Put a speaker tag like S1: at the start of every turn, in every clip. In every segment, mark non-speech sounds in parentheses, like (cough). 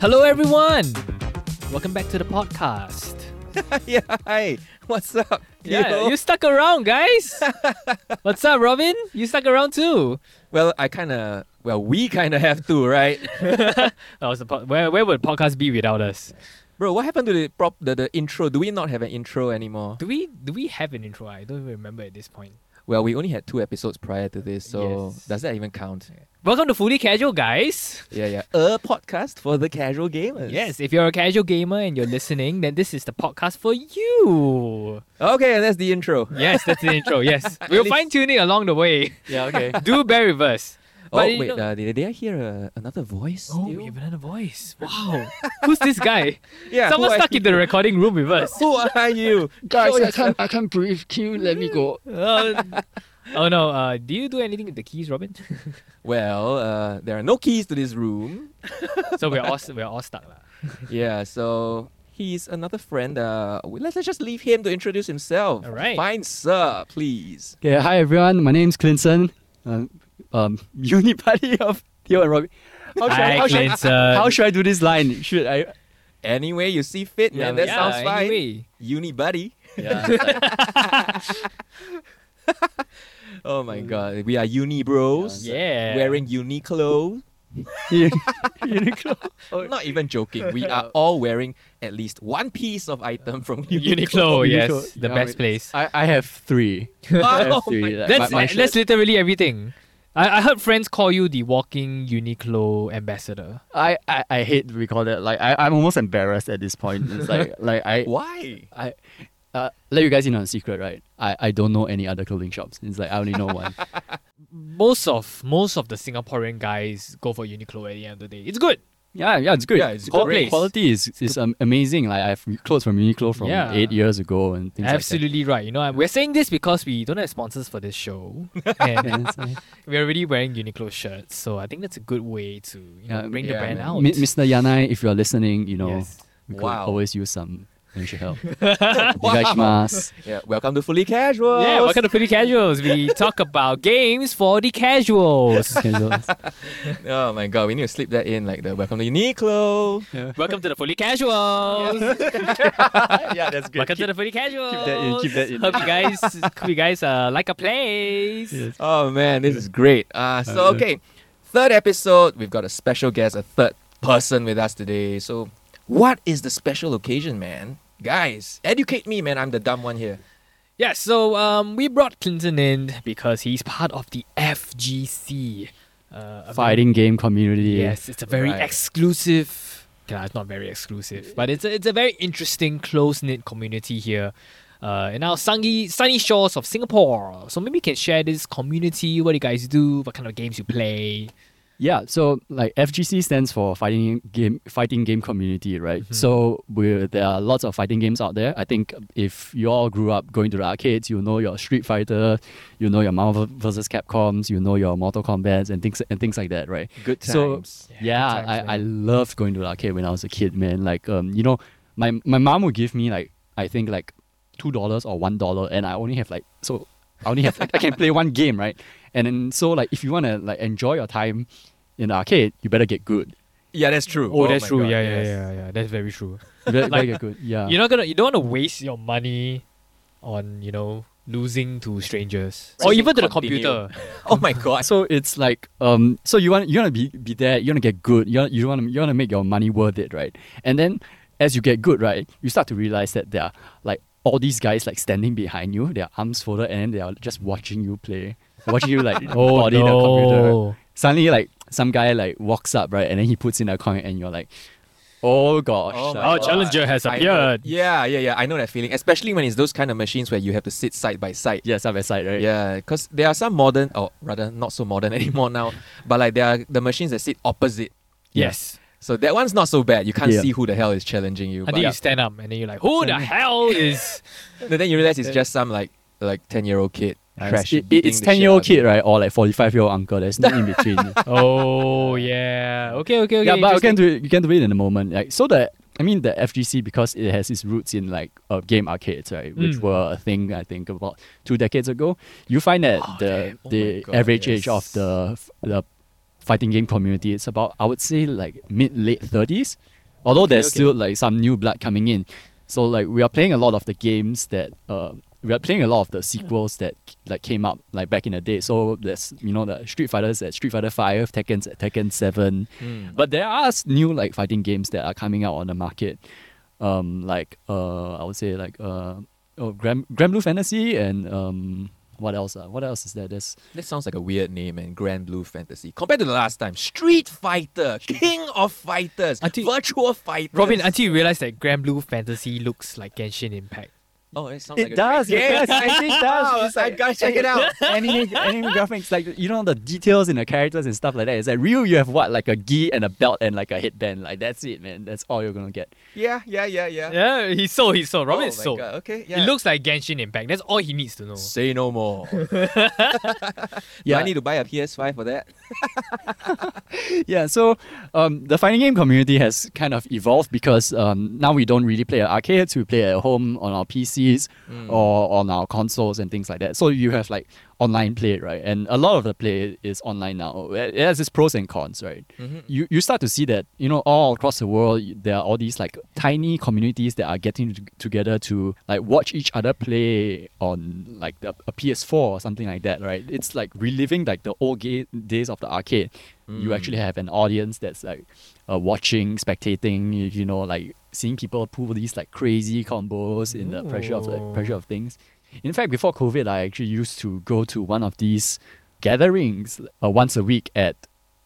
S1: Hello, everyone. Welcome back to the podcast.
S2: (laughs) yeah, hi. What's up?
S1: Yeah,
S2: yo?
S1: you stuck around, (laughs) guys. What's up, Robin? You stuck around too.
S2: well, I kind of, well, we kind of have to, right?
S1: (laughs) that was the pod- where, where would podcast be without us?
S2: Bro, what happened to the prop, the, the intro? Do we not have an intro anymore?
S1: Do we do we have an intro? I don't even remember at this point.
S2: Well, we only had two episodes prior to this, so
S1: Yes.
S2: does that even count?
S1: Welcome to Fully Casual, guys.
S2: Yeah, yeah. A podcast for the casual gamers.
S1: Yes, if you're a casual gamer and you're listening, then this is the podcast for you.
S2: Okay, and that's the intro.
S1: Yes, that's the intro. Yes, (laughs) we'll
S2: least-
S1: fine tune it along the way.
S2: Yeah, okay.
S1: (laughs) Do bear with us.
S2: oh,
S1: But you
S2: wait,
S1: know-
S2: uh, did, did I hear uh, another voice?
S1: Oh,
S2: still?
S1: we have another voice. Wow, who's this (laughs) guy?
S2: yeah. who
S1: Someone
S2: are
S1: stuck
S2: you?
S1: in the uh recording room with us.
S2: (laughs) Who are you?
S1: (laughs)
S3: Guys,
S2: Show
S3: I
S2: yourself.
S3: can't, I can't breathe. Can you let me go?
S1: Uh, oh no, uh, do you do anything with the keys, Robin?
S2: Well, uh, there are no keys to this room.
S1: (laughs) so we're all we're all stuck. lah.
S2: Yeah, so he's another friend. Uh, we- let's, let's just leave him to introduce himself.
S1: All right.
S2: Fine, sir, please.
S3: Okay, hi everyone. My name's Clinton. Um, um (laughs) uni party of Theo and Robbie. How should,
S1: Hi,
S3: I,
S1: uh,
S3: how, should I,
S1: Clinton.
S3: how should I do this line? Should
S1: (laughs)
S3: I?
S2: Any way you see fit, man.
S3: Yeah,
S2: That sounds fine.
S1: anyway.
S2: Uni buddy. (laughs)
S3: Yeah.
S2: Oh my god, we are uni bros.
S1: Mm. Yeah.
S2: Wearing uni clothes.
S3: Uniqlo.
S1: Oh,
S2: Not even joking.
S1: (laughs)
S2: We are all wearing at least one piece of item from uni.
S3: (laughs)
S1: Uniqlo, yes,
S3: Uniqlo.
S1: the
S3: Yeah,
S1: best
S3: wait.
S1: place.
S3: I, I
S1: (laughs)
S3: have three. I
S2: Oh
S3: have three.
S2: my-
S3: like,
S1: That's
S3: my- my
S1: that's
S3: shirt.
S1: literally everything. I, I heard friends call you the walking Uniqlo ambassador.
S3: I, I, I hate to recall that. Like I, I'm almost embarrassed at this
S1: (laughs)
S3: point. It's like like I
S2: Why?
S3: I uh, let you guys in on a secret, right? I, I don't know any other clothing shops. It's like I only know one.
S1: Most of most of the Singaporean guys go for Uniqlo at the end of the day. It's good.
S3: Yeah, yeah, it's good.
S2: Yeah, it's
S3: Qual-
S2: good rates.
S3: Quality is, is um, amazing. Like I have clothes from Uniqlo from
S1: Yeah.
S3: eight years ago and things (laughs)
S1: Absolutely right. You know, I- we're saying this because we don't have sponsors for this (laughs) show,
S3: like that.
S1: and
S3: Absolutely.
S1: we're already wearing Uniqlo shirts. So I think that's a good way to you know,
S3: Yeah,
S1: bring the
S2: yeah.
S1: brand
S2: M-
S1: out.
S3: Mr. Yanai, if you're listening, you know
S1: Yes.
S3: we could
S2: Wow.
S3: always use some financial help.
S2: Wow.
S3: Wow.
S2: Yeah, welcome to Fully Casual.
S1: Yeah, welcome to Pretty Casuals.
S3: (laughs)
S1: We talk about games for the casuals.
S2: (laughs) Oh my god, we need to slip that in like the welcome to Uniqlo.
S1: Welcome to the Fully Casuals.
S3: yeah, that's
S1: (laughs) Welcome to the Fully Casuals.
S3: keep that in, keep that in.
S1: Hope you guys, (laughs) hope you guys uh, like a place.
S3: Yes.
S2: Oh man, this is great. Uh, so
S3: Uh,
S2: okay, third episode. We've got a special guest, a third person with us today. So, what is the special occasion, man? Guys, educate me, man. I'm the dumb one here.
S1: Yeah, so um, we brought Clinton in because he's part of the FGC. Uh, a very-
S3: Fighting game community.
S1: Yes, it's a very
S2: Right.
S1: exclusive. Okay, lah, it's not very exclusive, but it's a, it's a very interesting, close knit community here. Uh, in our sunny, sunny shores of Singapore. So maybe you can share this community, what you guys do, what kind of games you play.
S3: Yeah, so like FGC stands for fighting game fighting game community, right? So we there are lots of fighting games out there. I think if you all grew up going to the arcades, you know your Street Fighter, you know your Marvel versus Capcoms, you know your Mortal Kombat and things and things like that, right?
S2: Good
S3: So-
S2: times.
S1: Yeah,
S3: Yeah,
S1: good times,
S3: I, I
S1: man.
S3: loved going to the arcade when I was a kid, man. Like um, you know, my my mom would give me like I think like two dollars or one dollar, and I only have like so I only have I can play one game, right? And then so like if you wanna like enjoy your time in the arcade, you better get good.
S2: yeah, that's true.
S1: Oh, that's
S2: my
S1: true.
S2: God,
S1: yeah,
S2: yes.
S1: yeah, yeah, yeah. That's very true.
S3: You better, you better
S1: Like- (laughs)
S3: get good. Yeah.
S1: You're not gonna, you don't want to waste your money on you know losing to strangers
S2: Right,
S1: or
S2: so
S1: even to the
S2: continue.
S1: computer.
S2: Oh my god.
S3: so it's like um so you want you want to be, be there you want to get good you want you want to you want to make your money worth it right and then as you get good right you start to realize that there are like all these guys like standing behind you their arms folded and then they are just watching you play watching you
S2: (laughs)
S3: like
S1: Oh
S3: body the computer
S1: no!
S3: suddenly like some guy like walks up right and then he puts in a coin and you're like oh gosh
S2: (laughs) Oh
S3: like, (laughs)
S2: my
S1: Our challenger has
S2: I know-
S1: appeared.
S2: yeah, yeah, yeah. I know that feeling, especially when it's those kind of machines where you have to sit side by side.
S3: yeah side by side right
S2: Yeah, because there are some modern, or rather, not so modern (laughs) anymore now. But like there are the machines that sit opposite.
S1: Yes.
S2: So that one's not so bad. You can't
S3: Yeah.
S2: see who the hell is challenging you.
S1: I
S2: but-
S1: think you stand up and then you're like, who the hell (laughs) is?
S2: No, then you realize it's just some like like ten year old kid. Trash.
S3: It- it-
S2: beating
S3: it's
S2: the
S3: 10 year old
S2: shit
S3: kid right or like 45 year old uncle there's no in
S2: (laughs)
S3: between
S1: Oh yeah. Okay, okay, okay.
S3: yeah, but you can
S1: interesting.
S3: do it. You can do it in a moment. Like so that I mean the FGC because it has its roots in like uh, game arcades, right? Which
S2: Hmm.
S1: Mm.
S3: were a thing I think about two decades ago. You find that the
S2: damn. Oh my
S3: the
S2: God,
S3: average age
S2: yes.
S3: of the the fighting game community. It's about I would say like mid late thirties, although there's
S1: okay.
S3: still like some new blood coming in. So like we are playing a lot of the games that uh, we are playing a lot of the sequels that like came up like back in the day. So there's you know the Street Fighters at Street Fighter Five, Tekken Tekken Seven,
S1: Hmm.
S3: but there are s- new like fighting games that are coming out on the market. Um, like uh, I would say like uh, oh, Grand Grand Blue Fantasy and um, what else? Uh, what else is there? There's
S2: That sounds like a weird name and Grand Blue Fantasy. Compared to the last time, Street Fighter,
S1: (laughs)
S2: King of Fighters,
S1: Auntie-
S2: Virtual Fighters.
S1: Robin, until you realize that Grand Blue Fantasy looks like Genshin Impact.
S2: oh, it sounds like
S3: It does.
S2: A-
S3: It
S2: yes, (laughs)
S3: does. I think it does. It's
S2: I
S3: like
S2: gotta check it (laughs) out.
S3: anime, anime graphics, like you know the details in the characters and stuff like that. It's like real. You have what, like a gi and a belt and like a headband. Like that's it, man. That's all you're gonna get.
S2: Yeah, yeah, yeah, yeah.
S1: Yeah, he's so he's so. Robin
S2: Oh
S1: is
S2: my
S1: so.
S2: God, Okay, yeah.
S1: It looks like Genshin Impact. That's all he needs to know.
S2: Say
S1: (laughs)
S2: no more. yeah,
S3: Yeah.
S2: I need to buy a PS5 for that.
S3: yeah, so um, the fighting game community has kind of evolved because um, now we don't really play at arcades, we play at home on our PCs
S2: Hmm.
S3: or on our consoles and things like that. So you have like online play, right? And a lot of the play is online now. It has its pros and cons, right?
S2: Mm-hmm.
S3: You, you start to see that, you know, all across the world, y- there are all these like tiny communities that are getting t- together to like watch each other play on like the, a PS4 or something like that, right? It's like reliving like the old ga- days of the arcade you actually have an audience that's like uh, watching, spectating, you, you know, like seeing people pull these like crazy combos in the pressure of
S1: Ooh.
S3: like, pressure of things. In fact, before COVID, I actually used to go to one of these gatherings uh, once a week at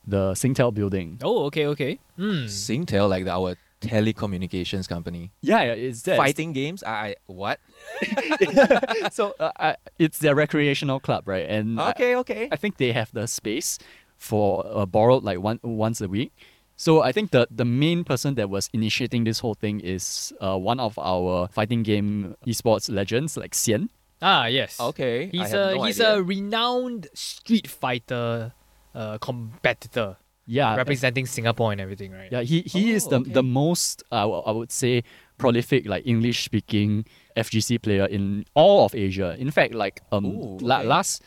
S3: the Singtel building.
S1: Oh, okay, okay. Hmm.
S2: Singtel, like our telecommunications company.
S3: Yeah, yeah, it's that.
S2: Fighting games? I, I what? (laughs)
S3: so uh, I, it's their recreational club, right? And I-
S2: Uh, Okay, okay.
S3: I think they have the space for uh, borrowed like one once a week. So I think the the main person that was initiating this whole thing is uh, one of our fighting game esports legends, like Xian.
S1: Ah, yes.
S2: Okay. I
S1: He's
S2: have
S1: a
S2: no
S1: he's
S2: idea.
S1: a renowned Street Fighter uh, competitor
S2: Ah,
S3: Yeah,
S1: representing Singapore and everything, right?
S3: yeah. He he is
S2: Oh,
S3: the
S2: okay.
S3: the most uh, I wou- I would say prolific like English speaking FGC player in all of Asia. In fact, like um
S2: Ooh,
S3: la-
S2: okay.
S3: last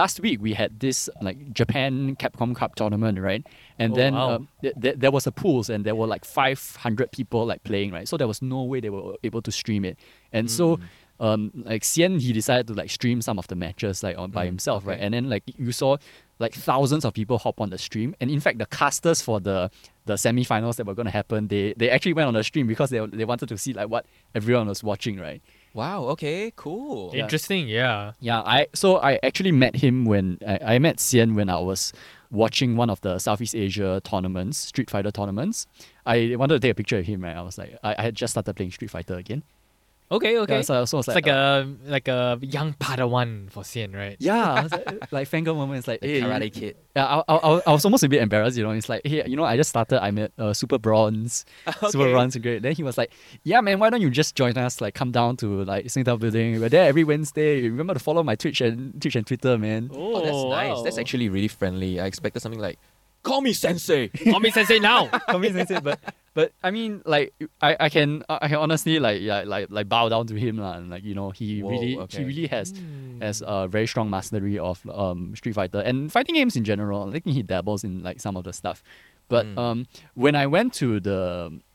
S3: last week we had this like Japan Capcom Cup tournament, right? And
S1: Oh,
S3: then
S1: wow.
S3: um, th- th- there was a pools and there were like 500 people like playing, right? So there was no way they were able to stream it. And so
S1: Mm.
S3: um like Xian he decided to like stream some of the matches like on by
S1: Mm,
S3: himself, right?
S2: okay.
S3: And then like you saw like thousands of people hop on the stream and in fact the casters for the the semifinals that were going to happen they they actually went on the stream because they they wanted to see like what everyone was watching, right?
S2: Wow, okay, cool.
S3: Yeah.
S1: Interesting, yeah.
S3: Yeah, I so I actually met him when I, I met Xian when I was watching one of the Southeast Asia tournaments, Street Fighter tournaments. I wanted to take a picture of him, right? I was like, I, I had just started playing Street Fighter again.
S1: Okay, okay.
S3: Yeah, so, so I was
S1: it's like,
S3: like, uh,
S1: a like a young Padawan for Sien, right?
S3: (laughs) yeah, I was like, like fangirl moment. It's like,
S2: (laughs) The
S3: hey, you-
S2: Karate Kid.
S3: Yeah, I, I, I was- I was almost a bit embarrassed, you know. It's like, hey, you know, I just started. I'm at uh, Super Bronze. Super
S2: Okay.
S3: Bronze, is great. Then he was like, yeah, man, why don't you just join us? Like, come down to like Singtel Building. We're there every Wednesday. Remember to follow my Twitch and Twitch and Twitter, man.
S2: Oh, that's nice. That's actually really friendly. I expected something like, call me sensei.
S1: Call me sensei
S2: (laughs)
S1: now.
S3: Convince Sensei, but but I mean, like, I, I can I I can honestly like yeah like like bow down to him lah. and, Like you know, he
S2: Whoa,
S3: really
S2: okay.
S3: he really has has a very strong mastery of um Street Fighter and fighting games in general. I think he dabbles in like some of the stuff, but
S2: Mm.
S3: um when I went to the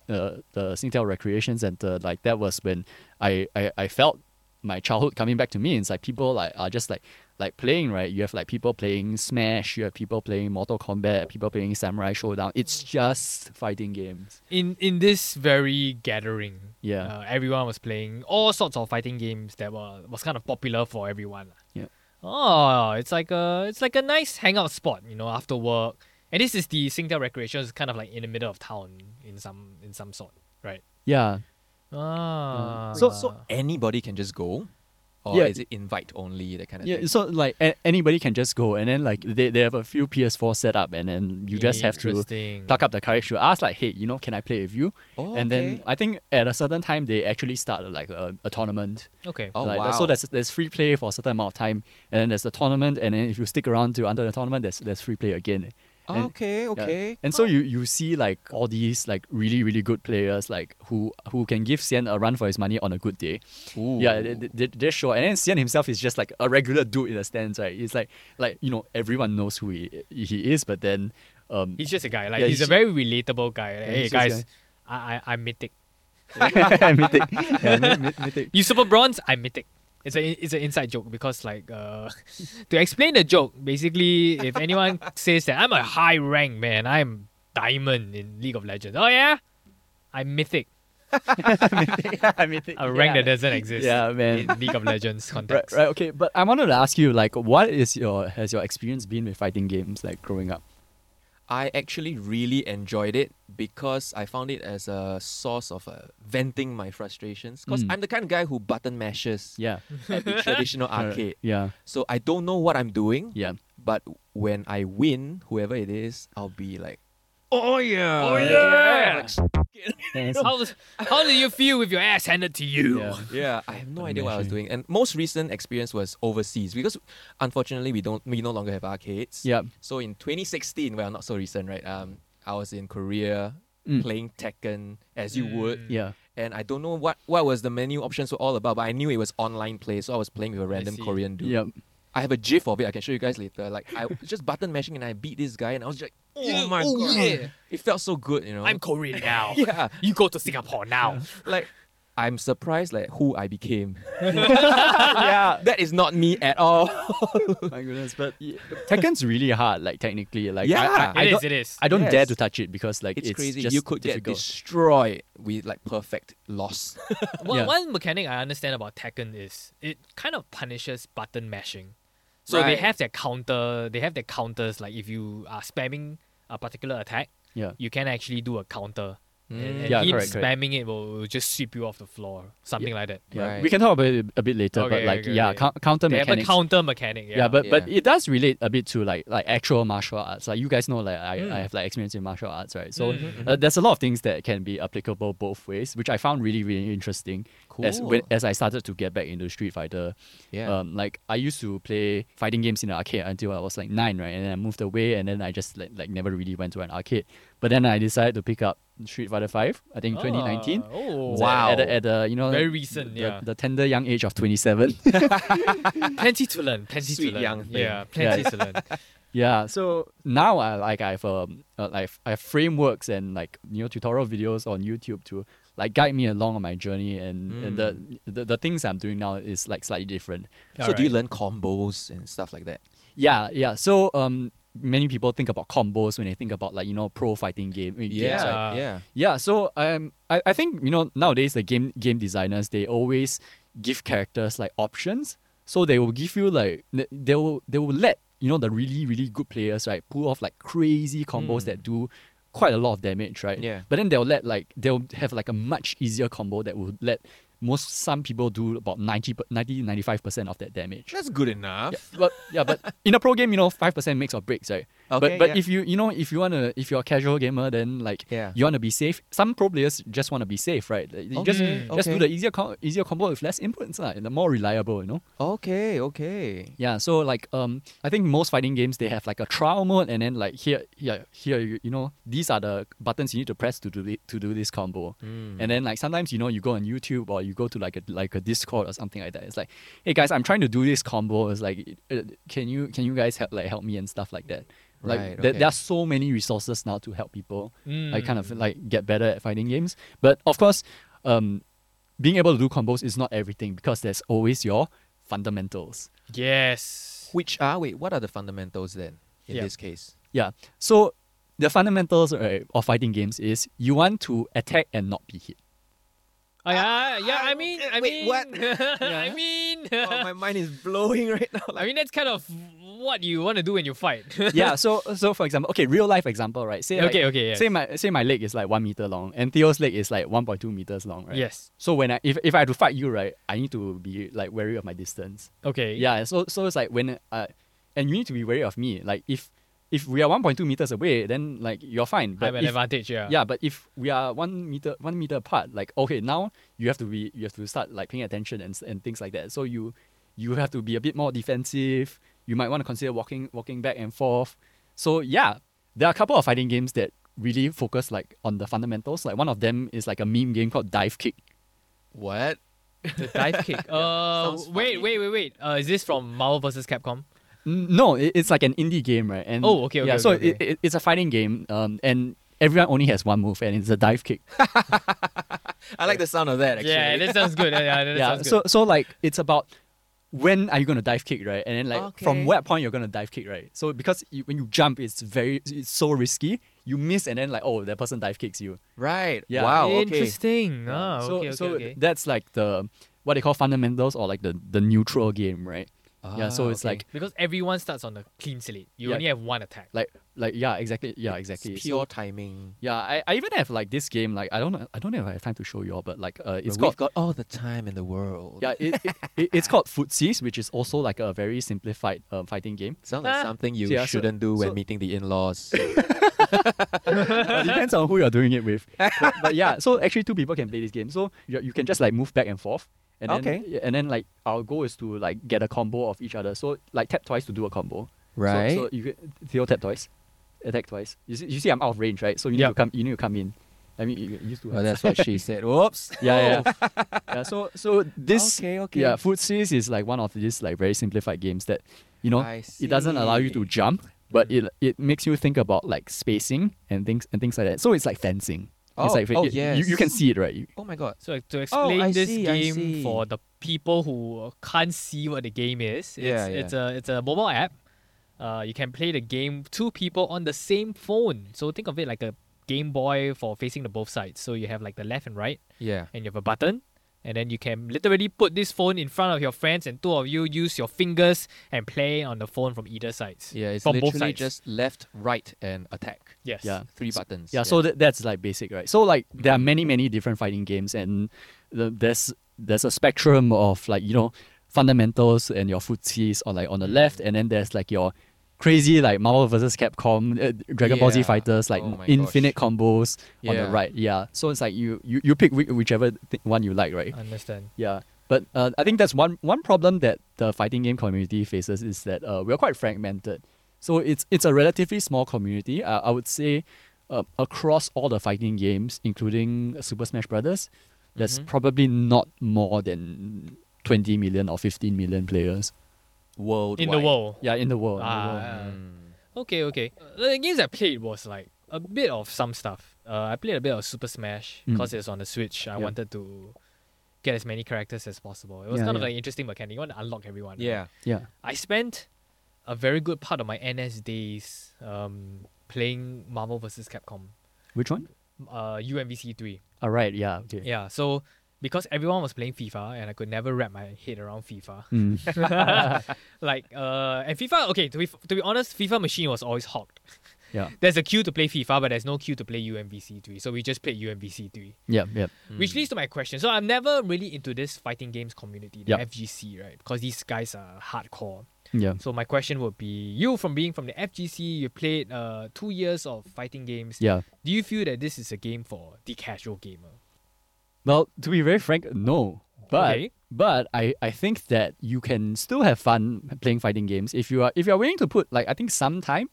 S3: uh, the Singtel Recreation Center, like that was when I I, I felt my childhood coming back to me. It's like people like are just like like playing right. You have like people playing Smash. You have people playing Mortal Kombat. People playing Samurai Showdown. It's just fighting games.
S1: in in this very gathering,
S3: Yeah.
S1: uh, everyone was playing all sorts of fighting games that were was kind of popular for everyone.
S3: Yeah.
S1: Oh, it's like a it's like a nice hangout spot, you know, after work. And this is the Singtel Recreation, it's kind of like in the middle of town in some in some sort, right?
S3: Yeah. Mm.
S1: Ah.
S2: so, so anybody can just go? Or
S3: Yeah.
S2: is it invite only, that kind of
S3: Yeah,
S2: thing?
S3: so like a- anybody can just go, and then like they, they have a few PS4 set up, and then you just have to
S1: Interesting.
S3: pluck up the courage to ask, like, hey, you know, can I play with you?
S2: Oh,
S3: and then
S2: okay.
S3: I think at a certain time they actually start like a, a tournament.
S1: Okay.
S2: Oh,
S3: like,
S2: wow.
S3: So there's there's free play for a certain amount of time, and then there's the tournament, and then if you stick around to under the tournament, there's there's free play again. And-
S2: Ah, okay,
S3: yeah.
S2: okay.
S3: And so you you see like all these like really really good players like who who can give Xian a run for his money on a good day. Yeah, they, they, they- they're sure. And then Xian himself is just like a regular dude in the stands, right? He's like like you know everyone knows who he, he is, but then Um, (laughs)
S1: He's just a guy. Like
S3: Yeah,
S1: he's,
S3: he's-
S1: a very relatable guy. Like,
S3: Yeah,
S1: hey
S3: he's just a
S1: guys, I, I I'm mythic.
S3: (laughs) mythic. Yeah, my- my- mythic.
S1: You super bronze, I'm mythic. It's a it's an inside joke because like uh, (laughs) to explain the joke, basically if anyone (laughs) says that I'm a high rank man, I'm diamond in League of Legends. Oh yeah, I'm mythic. (laughs)
S3: (laughs)
S1: A rank that doesn't exist.
S3: Yeah, man.
S1: In League of Legends
S3: (laughs) Right,
S1: context.
S3: right, okay. But I wanted to ask you, like, what is your has your experience been with fighting games, like growing up?
S2: I actually really enjoyed it because I found it as a source of uh, venting my frustrations. Because
S3: Mm.
S2: I'm the kind of guy who button mashes
S3: Yeah,
S2: at the (laughs)
S3: (laughs)
S2: traditional arcade.
S3: Uh, yeah,
S2: So I don't know what I'm doing,
S3: yeah.
S2: but when I win, whoever it is, I'll be like,
S1: Oh yeah. Oh
S2: yeah.
S1: yeah. How, was- how do you feel with your ass handed to you?
S3: Yeah.
S2: yeah, I have no idea what I was
S3: Mashing.
S2: doing. And most recent experience was overseas because unfortunately we don't we no longer have arcades.
S3: Yep.
S2: So in 2016, well, not so recent, right? Um, I was in Korea
S3: Mm.
S2: playing Tekken as
S1: Mm.
S2: you would,
S3: Yeah.
S2: and I don't know what what was the menu options were all about, but I knew it was online play, so I was playing with a random
S1: see.
S2: Korean dude. (laughs)
S3: Yep.
S2: I have a GIF of it. I can show you guys later. Like I was just button mashing, and I beat this guy, and I was just like, oh
S1: Yeah,
S2: my
S1: oh
S2: god,
S1: yeah.
S2: it felt so good, you know.
S1: I'm Korean
S3: (laughs)
S1: now.
S2: (laughs) yeah,
S1: You go to Singapore now.
S2: like I'm surprised like who I became.
S3: yeah.
S2: (laughs) that is not me at all.
S3: (laughs) My goodness, but Tekken's really hard. Like technically, like
S2: Yeah.
S3: I, (laughs) I, I
S1: It
S3: don't,
S1: is, it is.
S3: I don't dare
S2: Yes.
S3: to touch it because
S2: (laughs)
S3: like
S2: it's,
S3: it's,
S2: crazy.
S3: Just
S2: You could get
S3: difficult.
S2: destroyed with like perfect loss.
S1: One,
S3: Yeah.
S1: one mechanic I understand about Tekken is it kind of punishes button mashing. So they
S2: Right.
S1: have their counter. They have their counters. Like if you are spamming a particular attack,
S3: yeah.
S1: you can actually do a counter. And, and
S3: Yeah,
S1: him
S3: correct, correct.
S1: spamming it will, will just sweep you off the floor. Something like that.
S3: Yeah.
S2: Right.
S3: We can talk about it a bit later, but
S1: Okay,
S3: like
S1: okay,
S3: yeah,
S1: okay.
S3: cou- counter
S1: They have a
S3: mechanics.
S1: counter mechanic. Yeah,
S3: yeah, but but
S2: Yeah.
S3: it does relate a bit to like like actual martial arts. Like you guys know, like I, I
S1: Mm.
S3: have like experience in martial arts, right? So
S1: Mm, mhm.
S3: uh, there's a lot of things that can be applicable both ways, which I found really really interesting. As when,
S2: Cool.
S3: as I started to get back into Street Fighter,
S2: (laughs) Yeah.
S3: um, like I used to play fighting games in the arcade until I was like nine, right? And then I moved away, and then I just like, like never really went to an arcade. But then I decided to pick up Street Fighter Five. I think 2019.
S1: Ah, Oh,
S3: It's
S2: Wow.
S3: At, at, the- at the you know
S1: Very
S3: like,
S1: recent,
S3: the,
S1: yeah.
S3: The tender young age of 27.
S1: Plenty to learn. Plenty
S2: Sweet
S1: to learn.
S2: young thing.
S1: Yeah, plenty
S3: Yeah.
S1: to learn.
S3: (laughs) Yeah. So now I like I've um uh, like I have frameworks and like you know tutorial videos on YouTube to like guide me along on my journey and, and
S1: Mm.
S3: the, the the things I'm doing now is like slightly different.
S2: so
S1: Alright.
S2: do you learn combos and stuff like that?
S3: Yeah, yeah. So um many people think about combos when they think about like you know pro fighting game games, right?
S1: right.
S2: yeah.
S3: Yeah, so um, I, I think you know nowadays the game game designers they always give characters like options, so they will give you like th- they will they will let you know the really really good players right pull off like crazy combos that do quite a lot of damage, right?
S2: Yeah.
S3: But then they'll let like they'll have like a much easier combo that will let most some people do about 90, 90 95 percent of that damage.
S2: That's good enough.
S3: But
S2: (laughs)
S3: yeah, but in a pro game, you know, five percent makes or breaks, right?
S2: Okay,
S3: but but
S2: yeah.
S3: if you you know if you wanna if you're a casual gamer, then like
S2: Yeah.
S3: you wanna be safe. Some pro players just wanna be safe, right? Like, You just
S2: Okay,
S3: just do
S2: okay.
S3: the easier com- easier combo with less inputs, lah, and the more reliable, you know.
S2: Okay, okay.
S3: Yeah, so like um, I think most fighting games they have like a trial mode, and then like here, here, here, you, you know, these are the buttons you need to press to do thi- to do this combo.
S2: Mm. Hmm.
S3: And then like sometimes you know you go on YouTube or you go to like a like a Discord or something like that. It's like, hey guys, I'm trying to do this combo. It's like, uh, can you can you guys help like help me and stuff like that. Like
S2: Right,
S3: there,
S2: okay.
S3: there are so many resources now to help people. (laughs) I kind of
S1: Mm.
S3: like get better at fighting games, but of course, um, being able to do combos is not everything because there's always your fundamentals.
S1: Yes.
S2: Which are wait, what are the fundamentals then in
S1: Yeah.
S2: this case? (laughs)
S3: Yeah. So the fundamentals right, of fighting games is you want to attack and not be hit.
S1: I, I, Oh, yeah, I mean, I
S2: uh, wait,
S1: mean,
S2: what?
S1: (laughs) I mean,
S3: (laughs)
S2: Oh, my mind is blowing right now.
S1: I mean, that's kind of what you want to do when you fight.
S3: (laughs) yeah. So so for example, okay, real life example, right? Say like-
S1: Okay, okay, yes.
S3: Say my say my leg is like one meter long, and Theo's leg is like one point two meters long, right?
S1: Yes.
S3: So when I if, if I had to fight you, right, I need to be like wary of my distance.
S1: (laughs) Okay.
S3: Yeah. So so it's like when uh, and you need to be wary of me. Like if if we are one point two meters away, then like you're fine.
S1: I
S3: But
S1: have an
S3: if-
S1: advantage. Yeah.
S3: yeah but if we are one meter one meter apart like okay now you have to be you have to start like paying attention and, s- and things like that so you you have to be a bit more defensive you might want to consider walking walking back and forth so yeah there are a couple of fighting games that really focus like on the fundamentals like one of them is like a meme game called dive kick
S2: What?
S1: The dive kick. (laughs) Uh,
S2: Sounds
S1: wait,
S2: funny.
S1: wait, wait, wait. Uh, is this from Marvel vs. Capcom?
S3: N- No, it, it's like an indie game, right? And
S1: Oh, okay,
S3: yeah.
S1: okay,
S3: so
S1: okay,
S3: It,
S1: okay.
S3: it, it's a fighting game, um, and everyone only has one move, and it's a dive kick.
S2: I like the sound of that actually.
S1: Yeah, that sounds good. Yeah, yeah, that
S3: (laughs) yeah.
S1: sounds
S3: So
S1: good.
S3: so like it's about when are you gonna dive kick, right? And then like
S2: Okay.
S3: from what point you're gonna dive kick, right? So because you, when you jump, it's very it's so risky. You miss, and then like oh, that person dive kicks you.
S2: Right.
S3: Yeah.
S2: Wow. Okay.
S1: Interesting. Ah,
S3: oh, so
S1: okay, okay,
S3: so
S1: okay.
S3: that's like the what they call fundamentals or like the the neutral game, right? yeah. So
S2: Ah,
S3: it's
S2: okay.
S3: like
S1: because everyone starts on a clean slate. You
S3: Yeah.
S1: only have one attack.
S3: like like yeah exactly yeah exactly
S2: It's
S3: So-
S2: pure timing.
S3: Yeah, I, I even have like this game. Like I don't know, I don't know if I have time to show you all, but like uh, it's
S2: But
S3: called
S2: we've got all the time in the world.
S3: yeah, it, it, it- it's called Footsies, which is also like a very simplified um, fighting game.
S2: Sounds like
S1: Ah.
S2: something you
S3: Yeah, so-
S2: shouldn't do when
S3: so-
S2: meeting the in-laws.
S3: It depends on who you're doing it with. But, but yeah, so actually two people can play this game. So you, you can just like move back and forth. And then,
S2: Okay.
S3: yeah, And then like our goal is to like get a combo of each other. So like tap twice to do a combo. So-
S2: right.
S3: So, you can- Theo tap twice, attack twice. You see, you see, I'm out of range, right? So you need
S1: Yeah.
S3: to come. You need to come in. I mean, you, you used to.
S2: well, that's what she
S3: (laughs)
S2: said. (laughs) Whoops.
S3: yeah, yeah, yeah. So so this
S2: Oh. Okay, okay.
S3: yeah, Footsies is like one of these like very simplified games that you know
S2: I
S3: it doesn't allow you to
S2: see. Mm.
S3: jump, but it it makes you think about like spacing and things and things like that. So it's like fencing.
S2: Oh,
S3: it's like
S2: oh,
S3: it- you, you can
S2: yes.
S3: see it right. You-
S2: Oh my god.
S1: So to explain
S2: I
S1: this
S2: see, I see.
S1: game for the people who can't see what the game is, it's,
S2: Yeah,
S1: it's a it's a mobile app. Uh, you can play the game two people on the same phone. So think of it like a Game Boy for facing the both sides. So you have like the left and right,
S2: Yeah.
S1: and you have a button, and then you can literally put this phone in front of your friends, and two of you use your fingers and play on the phone from either sides.
S2: Yeah, it's
S1: from both
S2: literally
S1: sides.
S2: just left, right, and attack.
S1: yes.
S3: Yeah.
S2: Three buttons.
S3: Yeah, so that, that's like basic, right? So like there are many many different fighting games, and the, there's there's a spectrum of like you know fundamentals and your footsies on like on the left, and then there's like your crazy like Marvel versus Capcom, uh, Dragon Ball Z
S2: Yeah.
S3: fighters, like
S2: Oh my
S3: infinite combos on
S2: Yeah.
S3: the right. Yeah, so it's like you you, you pick whi- whichever th- one you like, right?
S1: Understand.
S3: Yeah, but uh, I think that's one one problem that the fighting game community faces is that uh, we're quite fragmented. So it's it's a relatively small community. Uh, I would say uh, across all the fighting games, including Super Smash Brothers, there's
S1: Mm-hmm.
S3: probably not more than twenty million or fifteen million players.
S2: world
S1: In the world.
S3: Yeah, in the world. in the world.
S1: Ah,
S2: Mm.
S1: Okay, okay. Uh, The games I played was like a bit of some stuff. Uh, I played a bit of Super Smash
S3: Mm.
S1: because it's on the Switch. I
S3: Yeah.
S1: wanted to get as many characters as possible. It was
S3: Yeah,
S1: kind of
S3: yeah.
S1: like interesting mechanic. You want to unlock everyone. right?
S2: Yeah.
S3: Yeah.
S1: I spent a very good part of my NS days um, playing Marvel vs. Capcom,
S3: Which one?
S1: uh, UMVC three.
S3: All right. Yeah. Okay.
S1: Yeah. So because everyone was playing FIFA and I could never wrap my head around FIFA.
S3: Mm.
S1: like uh, and FIFA. Okay, to be to be honest, FIFA machine was always hogged.
S3: yeah.
S1: there's a queue to play FIFA, but there's no queue to play UMVC three. So we just played UMVC three,
S3: Yeah. Yeah.
S2: Mm.
S1: which leads to my question. So I'm never really into this fighting games community, the
S3: Yup.
S1: FGC, right? Because these guys are hardcore.
S3: Yeah.
S1: So my question would be, you from being from the FGC, you played uh, two years of fighting games.
S3: Yeah.
S1: Do you feel that this is a game for the casual gamer?
S3: Well, to be very frank, no. But
S1: Okay.
S3: but I, I think that you can still have fun playing fighting games if you are if you are willing to put like I think some time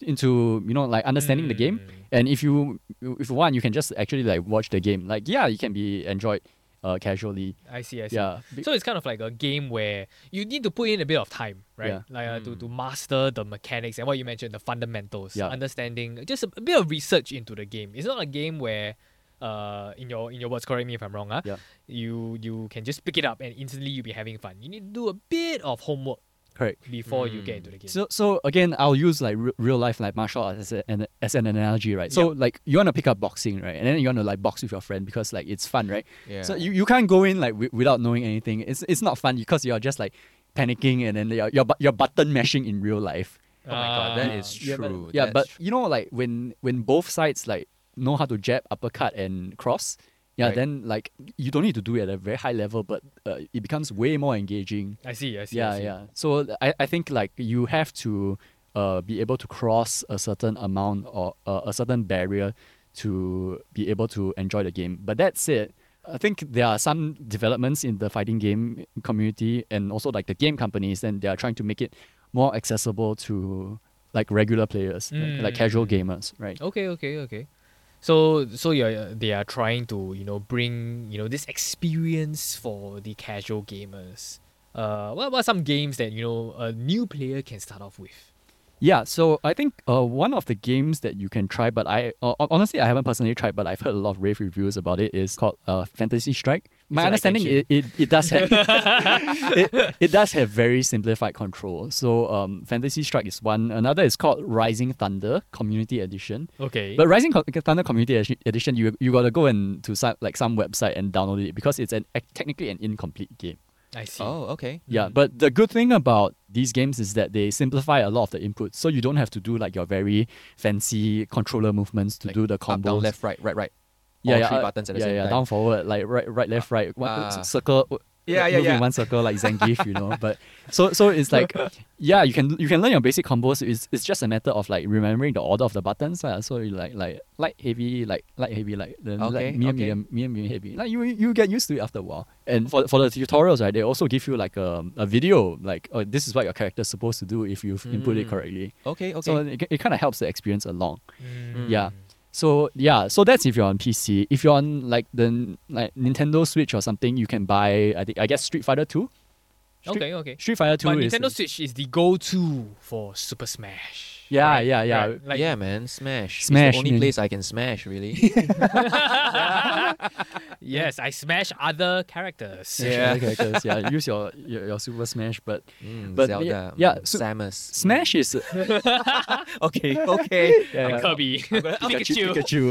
S3: into you know like understanding the game
S1: Mm.
S3: and if you if you want you can just actually like watch the game like yeah you can be enjoyed uh casually
S1: I see, I see.
S3: yeah Be-
S1: So it's kind of like a game where you need to put in a bit of time, right?
S3: Yeah.
S1: Like uh, to,
S2: Mm.
S1: to master the mechanics and what you mentioned, the fundamentals,
S3: Yeah.
S1: understanding just a, a bit of research into the game. It's not a game where, uh, in your in your words, correct me if I'm wrong, huh?
S3: Yeah.
S1: You you can just pick it up and instantly you'll be having fun. You need to do a bit of homework
S3: correct
S1: before you
S2: Mm.
S1: get into the game.
S3: so so again I'll use like re- real life like martial arts as, a, an, as an analogy right so like you want to pick up boxing right and then you want to like box with your friend because like it's fun right
S2: Yeah.
S3: So you, you can't go in like wi- without knowing anything. It's it's not fun because you're just like panicking and then you're, you're, bu- you're button mashing in real life.
S2: Oh my god, that
S1: Ah.
S2: is
S3: Yeah, but-
S2: true.
S3: yeah,
S2: That's
S3: but
S2: tr-
S3: you know like when when both sides like know how to jab, uppercut, and cross. Yeah,
S2: Right.
S3: then like you don't need to do it at a very high level, but uh, it becomes way more engaging.
S1: I see, I see. I
S3: yeah,
S1: see.
S3: yeah. So I, I think like you have to uh, be able to cross a certain amount or uh, a certain barrier to be able to enjoy the game. But that's it. I think there are some developments in the fighting game community and also like the game companies, and they are trying to make it more accessible to like regular players, like- like,
S1: Mm.
S3: casual gamers, right?
S1: Okay, okay, okay. So, so you're, uh, they are trying to, you know, bring, you know, this experience for the casual gamers Uh, what about some games that you know a new player can start off with?
S3: Yeah, so I think uh, one of the games that you can try, but I uh, honestly I haven't personally tried, but I've heard a lot of rave reviews about it. Is called uh, Fantasy Strike.
S1: it
S3: My
S1: like
S3: understanding,
S1: action?
S3: it, it, it
S1: (laughs)
S3: does have it, it does have very simplified control. So um, Fantasy Strike is one. Another is called Rising Thunder Community Edition.
S1: Okay.
S3: But Rising Co- Thunder Community Edi- Edition, you you gotta go and to some like some website and download it because it's an technically an incomplete game.
S1: I see.
S2: Oh, okay.
S3: Yeah,
S1: Mm.
S3: but the good thing about these games is that they simplify a lot of the inputs, so you don't have to do like your very fancy controller movements to
S2: Like,
S3: do the combos.
S2: Up, down, left, right, right, right.
S3: yeah,
S2: All
S3: yeah,
S2: three
S3: uh,
S2: buttons at the
S3: yeah,
S2: same
S3: yeah,
S2: time.
S3: down forward, like right, right, left, right, one
S2: Ah.
S3: c- circle. w-
S2: Yeah,
S3: like
S2: yeah,
S3: move in
S2: yeah.
S3: one circle like Zangief, you know.
S2: (laughs)
S3: But so so it's like, yeah, you can you can learn your basic combos. It's it's just a matter of like remembering the order of the buttons. lah. So you like like light heavy, like light heavy, like then
S2: Okay,
S3: like medium,
S2: okay.
S3: medium, medium, medium heavy. Like you you get used to it after a while. And for for the tutorials, right, they also give you like a, a video like oh this is what your character's supposed to do if you've input it
S1: Mm.
S3: correctly.
S2: Okay, okay.
S3: So it, it kind of helps the experience along.
S1: Mm.
S3: Yeah. So yeah, so that's if you're on PC. If you're on like the n- like Nintendo Switch or something, you can buy I think I guess Street Fighter Two. Street-
S1: Okay. Okay.
S3: Street Fighter Two
S1: But
S3: is
S1: Nintendo Switch is the go-to for Super Smash. right?
S3: Yeah, yeah, yeah.
S1: Right, Like,
S2: yeah, man, smash.
S3: Smash, mm.
S2: It's the only
S3: man.
S2: place I can smash,
S3: (laughs)
S2: really.
S1: Yes, I smash other characters. (laughs)
S2: Yeah.
S3: yeah. (laughs) characters. Yeah, use your, your your Super Smash, but
S2: Mm,
S3: But
S2: Zelda.
S3: yeah-
S2: mm,
S3: yeah, so-
S2: Samus. Mm.
S3: Smash
S1: (laughs)
S3: is
S2: (laughs) Okay, okay.
S3: yeah, yeah.
S1: Kirby, (laughs) Pikachu.
S3: Pikachu.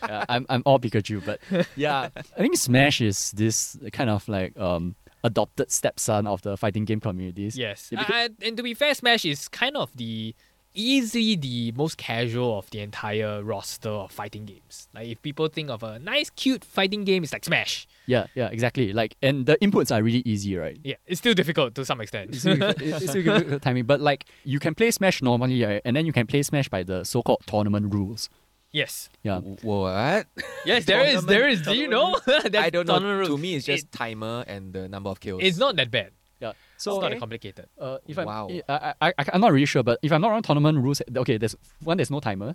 S1: (laughs)
S3: yeah, I'm I'm all Pikachu, but yeah, I think Smash is this kind of like um adopted stepson of the fighting game communities.
S1: Yes,
S3: Yeah,
S1: I- I- and to be fair, Smash is kind of the easily the most casual of the entire roster of fighting games. Like if people think of a nice, cute fighting game, it's like Smash.
S3: Yeah, yeah, exactly. Like, and the inputs are really easy, right?
S1: Yeah, it's still difficult to some extent.
S3: it's still good- it's still good good timing, but like you can play Smash normally, right? and then you can play Smash by the so-called tournament rules.
S1: (laughs) yes,
S3: Yeah,
S2: W- What?
S1: yes, there is, there is. Do you know? (laughs) That's
S2: I don't know.
S1: tournament rules.
S2: To me, it's just
S1: It-
S2: timer and the number of kills.
S1: it's not that bad.
S3: yeah.
S1: It's
S3: So
S1: not that complicated.
S3: uh, if I'm,
S2: Wow.
S3: I, I, I, I'm not really sure, but if I'm not wrong, tournament rules. Okay, there's one. There's no timer.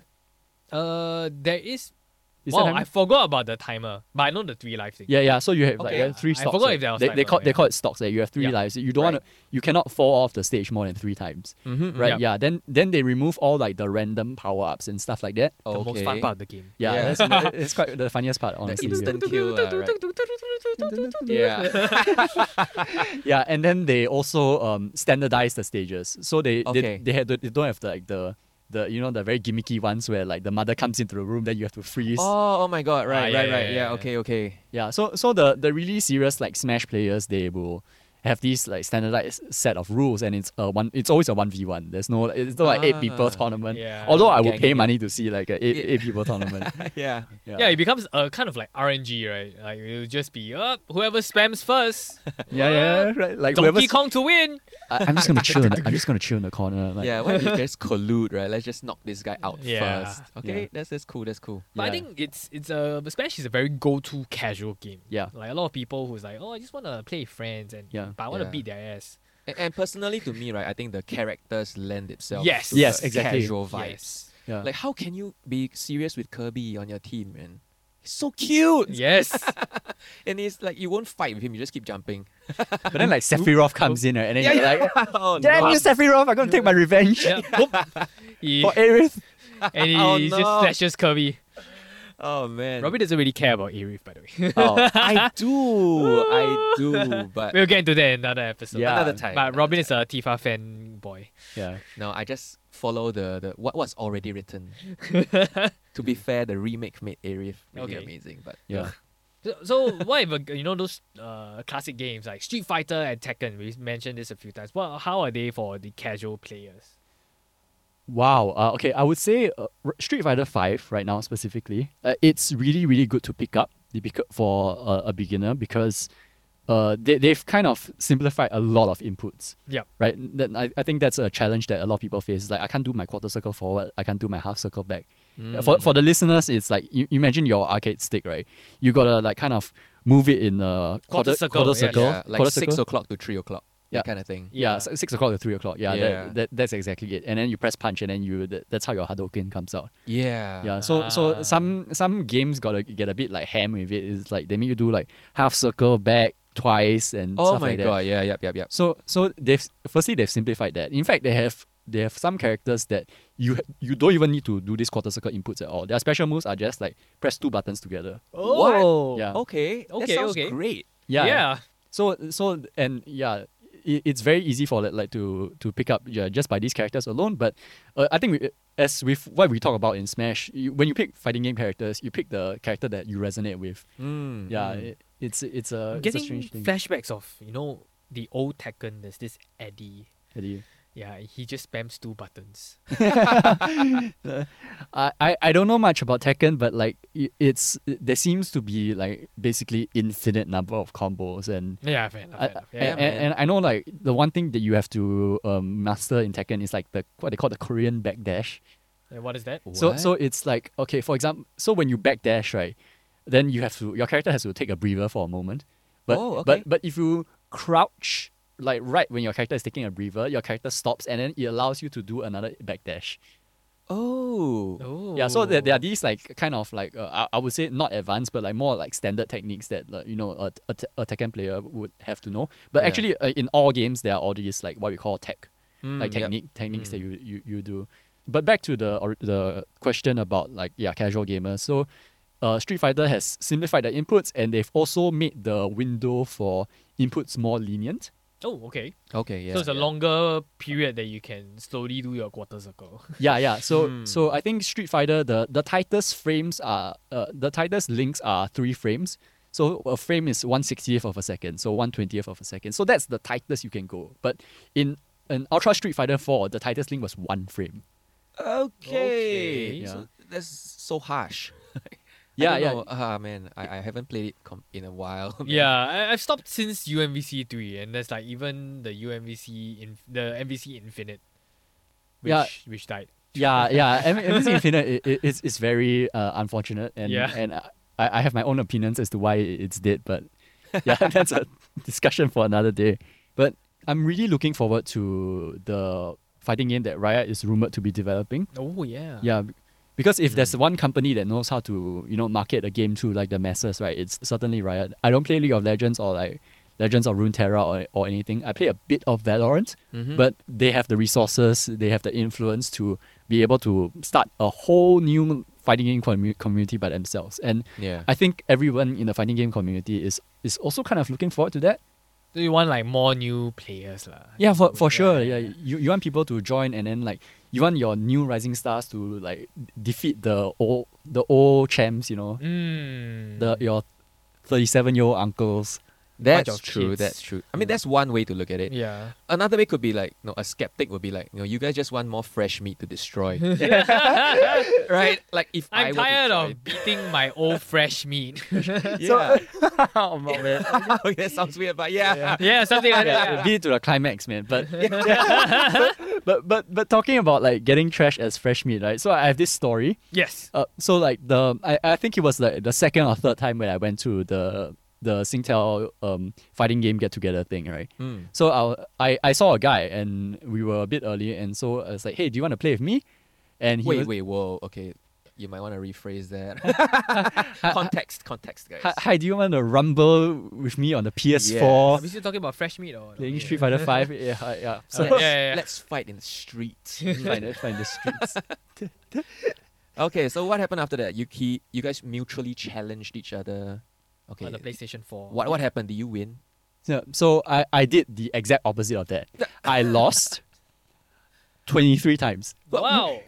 S1: Uh, there is.
S3: Is there
S1: wow,
S3: timer?
S1: I forgot about the timer, but I know the three life thing.
S3: yeah, yeah. So you have like
S2: Okay.
S3: uh, three
S1: I
S3: stocks.
S1: forgot
S3: right?
S1: if there was
S3: they, they
S1: timer,
S3: call
S1: yeah.
S3: they call it stocks. That you have three
S1: Yeah.
S3: lives. You don't want to. You cannot fall off the stage more than three times.
S2: Mhm,
S3: Right.
S1: Mm-hmm, Yep.
S3: Yeah. Then then they remove all like the random power ups and stuff like that.
S1: the most fun
S2: Okay.
S1: part of the game.
S3: Yeah,
S2: Yeah.
S1: (laughs)
S3: That's, it's quite the funniest part, honestly. yeah.
S2: instant kill, uh,
S1: (laughs)
S2: Yeah.
S3: yeah, and then they also um, standardize the stages, so they
S2: Okay.
S3: they, they, had, they don't have the, like the the you know the very gimmicky ones where like the mother comes into the room, then you have to freeze.
S2: Oh, oh my god! Right,
S1: Ah, yeah,
S2: right,
S1: yeah,
S2: right.
S1: yeah,
S2: Yeah,
S1: yeah. (laughs)
S2: Okay, okay.
S3: Yeah, so so the the really serious like Smash players they will have these like standardized set of rules, and it's a one it's always a one v one. There's no it's not like eight people
S2: Ah,
S3: tournament.
S1: yeah.
S3: Although I would
S2: Gang,
S3: pay
S2: yeah.
S3: money to see like a eight,
S2: Yeah.
S3: eight
S2: (laughs)
S3: people tournament.
S2: yeah.
S3: Yeah,
S1: Yeah, it becomes a kind of like RNG, right? Like it'll just be up whoever spams first.
S3: (laughs) yeah, yeah, right. Like
S1: Donkey
S3: whoever's-
S1: Kong to win.
S3: I, am just gonna chill. In the, I'm just gonna chill in the corner. Like,
S2: yeah. Why don't you just collude, right? Let's just knock this guy out
S1: Yeah.
S2: first. Okay,
S3: Yeah.
S2: that's that's cool. That's cool.
S1: But I
S3: Yeah.
S1: think it's it's a Smash is a very go-to casual game.
S3: Yeah.
S1: Like a lot of people who's like, oh, I just want to play with friends and
S3: Yeah.
S1: but I want to
S2: Yeah.
S1: beat their ass.
S2: And, and personally, to me, right, I think the characters lend itself.
S1: Yes.
S2: to the
S3: Yes, exactly.
S2: Casual vibes.
S1: Yes.
S3: yeah.
S2: Like, how can you be serious with Kirby on your team, man? He's so cute,
S1: Yes.
S2: and he's like, you won't fight with him. You just
S1: (laughs)
S2: keep jumping.
S3: but then like Sephiroth comes in, right, and then
S2: Yeah,
S3: you're
S2: yeah.
S3: like.
S2: oh,
S3: Damn you, Sephiroth! I'm gonna take my revenge (laughs)
S1: yeah. Whoop. He-
S3: for Aerith.
S1: and he
S2: Oh,
S1: just
S2: no.
S1: slashes Kirby.
S2: Oh man.
S1: Robbie doesn't really care about Aerith, by the way. (laughs)
S3: Oh,
S2: I do, I do, but
S1: we'll get into that in another episode.
S3: Yeah.
S2: another time.
S1: But
S2: another
S1: Robin
S2: time.
S1: is a Tifa fan boy.
S3: (laughs) yeah,
S2: No, I just follow the, the what was already written.
S3: (laughs)
S2: to be fair, the remake made Arif really
S1: Okay.
S2: amazing, but
S3: yeah.
S1: So, so what if a, you know those uh, classic games like Street Fighter and Tekken? We mentioned this a few times. Well, how are they for the casual players?
S3: Wow. Uh, okay, I would say uh, R- Street Fighter Five right now specifically, uh, it's really really good to pick up the bec- for uh, a beginner because uh, they they've kind of simplified a lot of inputs.
S1: Yep.
S3: Right. Then I, I think that's a challenge that a lot of people face. Like I can't do my quarter circle forward. I can't do my half circle back.
S2: Mm.
S3: For for the listeners, it's like you you imagine your arcade stick, right? You gotta like kind of move it in a
S1: Quarter circle,
S3: quarter
S1: yeah,
S3: circle,
S2: yeah, like
S3: quarter
S2: six
S3: circle.
S2: o'clock to three o'clock,
S3: Yeah.
S2: that kind of thing.
S3: Yeah,
S1: Yeah.
S3: si- six o'clock to three o'clock. Yeah,
S2: Yeah.
S3: That, that, that's exactly it. And then you press punch, and then you that, that's how your Hadoken comes out.
S2: Yeah,
S3: Yeah. So
S1: Ah.
S3: so some some games gotta get a bit like ham with it. It's like they make you do like half circle back twice and
S2: Oh
S3: stuff
S2: my
S3: like that.
S2: god, yeah, yep, yep, yep.
S3: So so they've firstly they've simplified that. In fact, they have they have some characters that you you don't even need to do these quarter circle inputs at all. Their special moves are just like press two buttons together.
S1: Oh.
S3: Yeah.
S2: Okay, that
S1: Okay,
S2: sounds
S1: okay.
S2: great.
S1: Yeah.
S3: So so and yeah, i it's very easy for like, like to to pick up yeah, just by these characters alone. But uh, I think we, as with what we talk about in Smash, you, when you pick fighting game characters, you pick the character that you resonate with.
S1: Mm-hmm.
S2: Mm,
S3: Yeah,
S2: mm.
S3: it, it's it's a,
S1: I'm
S3: it's a
S1: getting
S3: strange thing.
S1: flashbacks of you know the old Tekken. There's this Eddie.
S3: Eddie.
S1: Yeah, he just spams two buttons.
S3: I, I I don't know much about Tekken, but like i- it's there seems to be like basically infinite number of combos and.
S1: (laughs) Yeah, fair enough.
S3: I,
S1: Fair enough.
S3: a-
S1: Yeah,
S3: a-
S1: yeah.
S3: and, I know like the one thing that you have to um, master in Tekken is like the what they call the Korean backdash.
S1: And what is that?
S3: So
S2: What?
S3: so it's like okay, for example, so when you backdash, right, then you have to your character has to take a breather for a moment. But
S2: Oh, okay.
S3: but but if you crouch like right when your character is taking a breather, your character stops and then it allows you to do another backdash.
S2: Oh.
S1: Oh.
S3: Yeah, so there, there are these like kind of like uh, I, I would say not advanced, but like more like standard techniques that like, you know a, a, te- a Tekken player would have to know. But
S2: Yeah.
S3: actually, uh, in all games, there are all these like what we call tech, like
S2: Mm, yep.
S3: technique techniques that you, you you do. But back to the or, the question about like yeah casual gamers. So, uh, Street Fighter has simplified the inputs, and they've also made the window for inputs more
S2: (laughs)
S3: lenient.
S1: Oh, okay.
S2: Okay, yeah.
S1: so it's a
S2: yeah.
S1: longer period that you can slowly do your quarter circle.
S3: Yeah, yeah. So
S2: Hmm.
S3: so I think Street Fighter the the tightest frames are uh, the tightest links are three frames. So a frame is one sixtieth of a second, so one twentieth of a second. So that's the tightest you can go. But in an Ultra Street Fighter Four, the tightest link was one frame.
S2: Okay.
S1: Okay.
S2: So that's so harsh. (laughs) I
S3: Yeah,
S2: don't
S3: yeah.
S2: know. Ah, man, I, I haven't played it com- in a while. (laughs) man.
S1: yeah, I, I've stopped since UMVC three, and there's like even the UMVC in the MVC Infinite, which
S3: Yeah.
S1: which died.
S3: Yeah, yeah. M- MVC Infinite is is, is very uh, unfortunate, and
S1: Yeah.
S3: and I, I have my own opinions as to why it- it's dead, but yeah, (laughs) that's a discussion for another day. But I'm really looking forward to the fighting game that Riot is rumored to be developing.
S1: Oh yeah.
S3: Yeah, b- because if there's one company that knows how to you know market a game to like the masses, right? It's certainly Riot. I don't play League of Legends or like Legends of Runeterra or or anything. I play a bit of Valorant,
S2: Mhm.
S3: but they have the resources, they have the influence to be able to start a whole new fighting game commu- community by themselves. And
S2: Yeah.
S3: I think everyone in the fighting game community is is also kind of looking forward to that.
S1: So you want like more new players lah.
S3: Yeah, for, for
S1: Yeah,
S3: sure.
S1: yeah,
S3: Yeah, You, you want people to join, and then like you want your new rising stars to like defeat the old the old champs. You know,
S1: Mm.
S3: the your thirty seven year old
S1: (laughs)
S3: uncles.
S2: that's
S1: of
S2: true.
S1: kids.
S2: That's true. I mean, that's one way to look at it.
S1: yeah.
S2: Another way could be like, no, a skeptic would be like, no, you guys just want more fresh meat to
S1: (laughs)
S2: destroy, (laughs) right? Like if I
S1: I'm
S2: were to
S1: tired
S2: try-
S1: of beating my old fresh
S3: (laughs)
S1: meat. (laughs)
S2: Yeah.
S3: oh man,
S2: (laughs) Okay, that sounds weird, but yeah.
S1: yeah, something like that.
S3: beat it to the climax, man.
S1: (laughs)
S3: But (laughs) but but but talking about like getting trashed as fresh meat, right? So I have this story.
S1: Yes.
S3: Uh, so like the I, I think it was like the second or third time when I went to the the Singtel um fighting game get together thing, right?
S2: Mm.
S3: So I, I I saw a guy and we were a bit early and so I was like, hey, do you want to play with me? And he
S2: Wait,
S3: was,
S2: wait, whoa. Okay, you might want to rephrase that.
S1: (laughs)
S2: context, context, guys.
S3: Hi, hi, do you want to rumble with me on the
S1: Are
S3: PS4
S1: we still talking about fresh meat or?
S3: playing Street Fighter Five? yeah, hi, yeah. So (laughs)
S1: Alright, yeah, yeah, yeah.
S2: Let's fight in the streets.
S3: find it, find the streets.
S2: okay, so what happened after that? You key, you guys mutually challenged each other. Okay.
S1: On the PlayStation Four.
S2: What what happened? Did you win?
S3: So, so I, I did the exact opposite of that. I lost twenty three times.
S1: Wow.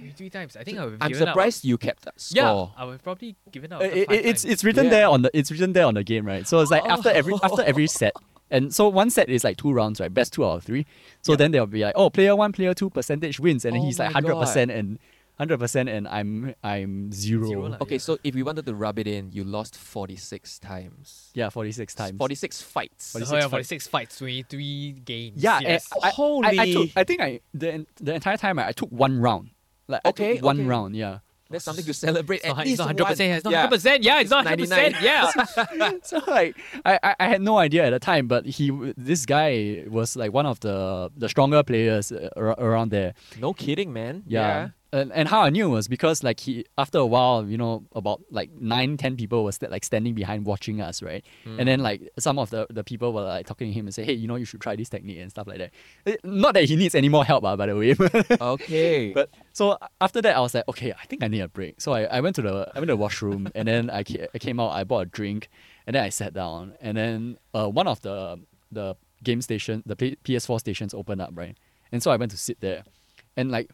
S1: Three, three times. I think I would. have
S2: I'm
S1: given up.
S2: surprised you kept that score.
S1: Yeah, I would probably given up.
S3: Uh,
S1: after
S3: it-
S1: five
S3: it- it's
S1: times.
S3: it's written
S2: Yeah.
S3: there on the it's written there on the game, right? So it's
S2: Oh.
S3: like after every after every set, and so one set is like two rounds, right? Best two out of three. So then they'll be like, oh, player one, player two percentage wins, and then
S2: Oh
S3: he's like
S2: my
S3: hundred
S2: God.
S3: percent and hundred percent, and I'm I'm zero. Oh,
S1: Zero lah.
S2: Okay,
S1: Yeah.
S2: so if we wanted to rub it in, you lost 46 times.
S3: Yeah, forty six times.
S2: 46 fights.
S3: 46
S1: Oh, yeah,
S3: fights.
S1: 46 fights, 23 games.
S3: Yeah, and
S1: yes.
S3: I, I, I,
S2: Holy.
S3: took, I think I the en- the entire time I, I took one round. Like I took
S2: Okay,
S3: one
S2: okay.
S3: round, yeah. (laughs)
S2: That's something to celebrate.
S1: It's
S2: At
S1: not,
S2: least
S1: it's not 100%. yeah, It's not 100%.
S2: yeah.
S1: Yeah, it's, not
S2: 99.
S1: 100%.
S3: (laughs)
S1: Yeah. (laughs)
S3: so like I, I, I had no idea at the time, but he w- this guy was like one of the the stronger players uh, ar- around there.
S2: No kidding, man.
S3: Yeah. and, and how I knew was because like he after a while, you know, about like nine, ten people were st- like standing behind watching us, right? And then like some of the, the people were like talking to him and say, hey, you know, you should try this technique and stuff like that. Eh, Not that he needs any more help, uh, by the way. (laughs)
S2: Okay.
S3: but so after that, I was like, okay, I think I need a break. So I, I went to the I went to the washroom and then I, ca- I came out. I bought a drink and then I sat down. And then uh, one of the the game station, the P- PS4 stations opened up, right? And so I went to sit there, and like,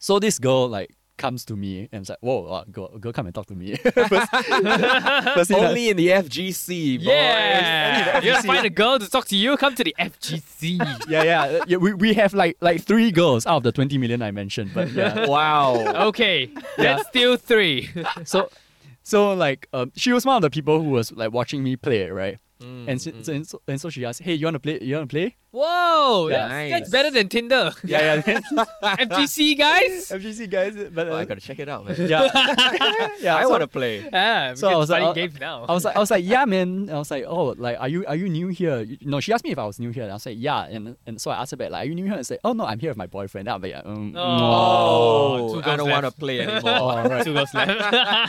S3: so this girl like comes to me and it's like, whoa, uh, girl, girl, come and talk to me. (laughs) First- first thing I-
S2: Only in the FGC, boys.
S1: Yeah, you gotta find a girl to talk to you. Come to the
S3: (laughs)
S1: FGC.
S3: yeah, yeah, yeah. We, we have like like three girls out of the twenty million I mentioned, but
S2: (laughs)
S3: yeah.
S2: Wow.
S1: Okay, that's still three. (laughs)
S3: so so like um, she was one of the people who was like watching me play right
S2: Mm,
S3: and, so, so- and so and so she asked hey you want to play you want
S2: (laughs)
S3: to play
S1: Whoa,
S2: Yeah.
S1: that's, that's
S2: Nice.
S1: better than Tinder.
S3: yeah (laughs) yeah
S1: FGC
S3: (laughs)
S1: guys.
S3: FGC guys but uh,
S2: Well, Oh, I gotta check it out, (laughs) man.
S3: (laughs) yeah yeah
S2: I
S3: so-
S2: wanna play.
S1: Ah,
S3: So I
S1: so
S3: was like,
S1: fighting
S3: I'll-
S1: games now. (laughs)
S3: I was like, I was like, yeah, man. I was like, oh, like, are you are you new here? You- No, she asked me if I was new here. And I was like, yeah. And and so I asked her back, like, are you new here? And I said, oh no, I'm here with my boyfriend. I'm like, um,
S1: Oh, two
S2: I don't
S1: girls
S2: wanna
S1: left.
S2: play
S3: no.
S2: anymore.
S3: Oh, all right.
S1: Two girls
S3: (laughs)
S1: left.
S2: (laughs)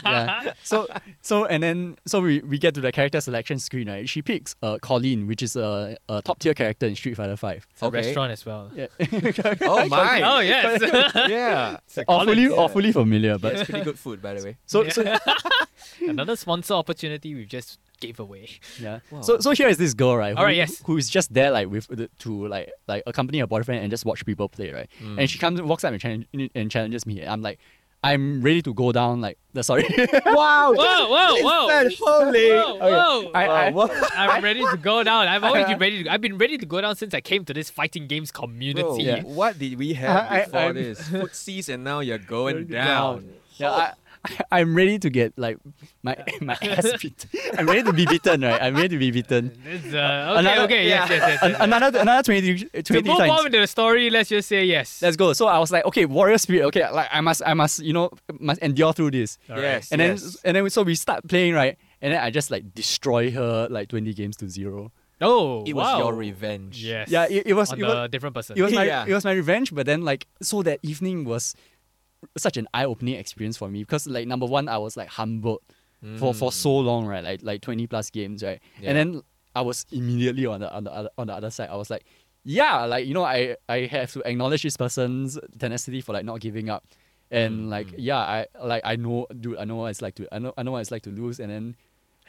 S3: yeah. So so and then so we, we get to the character selection screen, right? She picks uh Colleen, which is a, a top tier character in Street Fighter Five.
S1: (laughs) It's a
S2: Okay.
S1: restaurant as well.
S3: Yeah. (laughs)
S2: Oh my.
S1: Oh yes, (laughs)
S2: (laughs) yeah.
S3: (laughs) awfully
S2: yeah.
S3: awfully familiar,
S2: But
S3: but
S2: it's pretty good food, by the way.
S3: so so (laughs)
S1: another sponsor opportunity we just gave away.
S3: (laughs) yeah.
S2: Wow.
S3: So so here is this girl, right? Who,
S1: Alright, yes.
S3: Who is just there, like with the, to like like accompany her boyfriend and just watch people play, right?
S1: Mm.
S3: And she comes, walks up and, challenge, and challenges me. I'm like, I'm ready to go down. Like, the, sorry. (laughs)
S2: Wow.
S1: Whoa, whoa, whoa,
S2: That's holy.
S1: whoa, whoa!
S3: I-
S2: Wow,
S3: I-
S2: what?
S1: I'm ready to go down. I've always been ready to. I've been ready to go down since I came to this fighting games
S2: Bro,
S1: community.
S3: Yeah.
S2: what did we have
S3: I- I-
S2: before
S3: I'm-
S2: this? Footsies and now you're going down.
S3: Yeah, I, I, I'm ready to get like my
S1: (laughs)
S3: my ass beat. I'm ready to be beaten, right? I'm ready to be beaten.
S1: This, uh, okay,
S3: Another-
S1: okay, yes,
S2: yeah.
S1: yes, yes.
S3: An- (laughs)
S1: yes.
S3: another another 20, 20
S1: to move
S3: times.
S1: on with the story, let's just say yes.
S3: Let's go. So I was like, okay, warrior spirit. Okay, like I must, I must, you know, must endure through this.
S1: Alright.
S2: Yes.
S3: and
S2: yes.
S3: then and then so we start playing right, and then I just like destroy her like twenty games to zero.
S1: Oh,
S2: it was
S1: wow.
S2: your revenge.
S1: Yes.
S3: Yeah, it- it was-
S1: on
S3: it
S1: a
S3: was-
S1: different person.
S3: It was my
S2: Yeah.
S3: it was my revenge, but then like so that evening was such an eye opening experience for me because like number one I was like humbled for for so long right like like twenty plus games right,
S2: Yeah.
S3: and then I was immediately on the on the other, on the other side I was like. Yeah, like you know, I I have to acknowledge this person's tenacity for like not giving up, and like yeah, I like I know, dude, I know what it's like to I know I know what it's like to lose, and then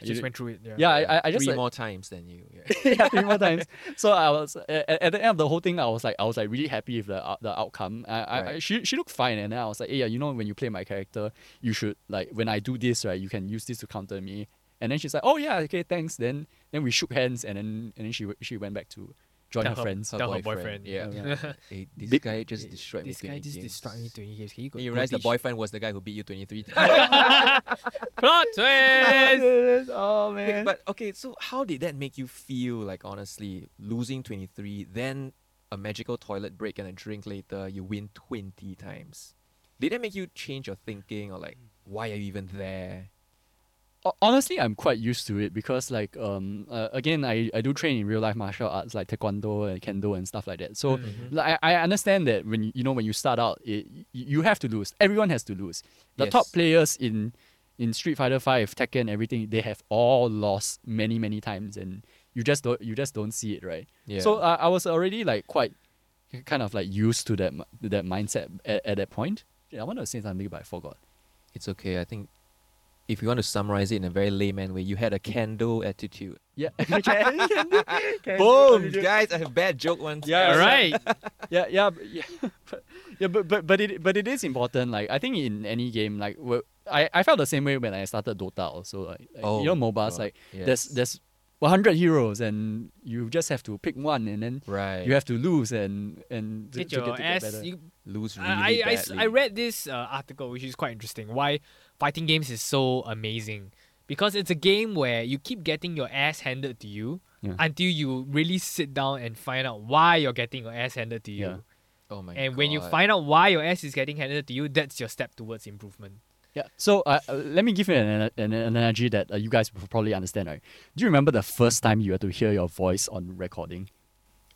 S1: I just went through it. Yeah.
S3: yeah, I I, I just
S2: Three
S3: like,
S2: more times than you. Yeah.
S3: (laughs) yeah, three more times. So I was at, at the end of the whole thing. I was like, I was like really happy with the out the outcome. I, I, I
S2: Right.
S3: she she looked fine, and then I was like, "Hey, yeah, you know, when you play my character, you should like when I do this, right? You can use this to counter me. And then she's like, oh yeah, okay, thanks. Then then we shook hands, and then and then she w- she went back to join
S1: Tell
S3: her friends.
S1: her Tell boyfriend.
S2: Yeah.
S1: (laughs)
S3: Yeah.
S2: Hey, this
S3: Big-
S2: guy just destroyed me.
S1: This guy
S2: 20
S1: just
S2: games.
S1: destroyed me 20 games. Can you go?
S2: Then you
S1: go
S2: realize the
S1: bitch?
S2: boyfriend was the guy who beat
S1: (laughs)
S2: you 23 times. (laughs)
S1: Plot
S3: (laughs)
S1: twist.
S3: oh man.
S2: but okay, so how did that make you feel? Like honestly, losing 23, then a magical toilet break and a drink later, you win 20 times. Did that make you change your thinking or like why are you even there?
S3: Ho- honestly i'm quite used to it because like um uh, again I, I do train in real life martial arts like taekwondo and kendo and stuff like that so
S2: Mm-hmm.
S3: like, I, I understand that when you- you know when you start out it, y- you have to lose everyone has to lose the
S2: Yes.
S3: top players in in street fighter 5 tekken everything they have all lost many many times and you just don't you just don't see it right
S2: Yeah.
S3: so I I was already like quite kind of like used to that mi- that mindset at, at that point yeah, i want to say something but i forgot
S2: It's okay. I think if you want to summarize it in a very layman way, you had a candle attitude. (laughs)
S3: yeah (laughs) okay.
S2: Boom, guys! I have bad joke once. Oh,
S1: All
S3: (laughs)
S1: right.
S3: yeah, yeah, but, yeah, (laughs) but, yeah, but but but it but it is important. Like I think in any game, like wh- I I felt the same way when I started Dota. Also, like, like,
S2: Oh,
S3: you know, MOBAs
S2: God.
S3: like there's
S2: Yes.
S3: there's 100 heroes and you just have to pick one and then
S2: Right.
S3: you have to lose and and to-
S1: Get
S3: to get-
S1: your
S3: to get
S1: ass.
S3: better.
S1: You,
S2: lose really
S1: I, I- I s-
S2: badly.
S1: I read this uh, article, which is quite interesting. Why fighting games is so amazing. Because it's a game where you keep getting your ass handed to you
S3: Yeah.
S1: until you really sit down and find out why you're getting your ass handed to you.
S3: Yeah.
S2: Oh my
S1: and when you
S2: God.
S1: find out why your ass is getting handed to you, that's your step towards improvement.
S3: Yeah. So uh, uh, let me give you an, an, an analogy that uh, you guys will probably understand. Right? Do you remember the first time you had to hear your voice on recording?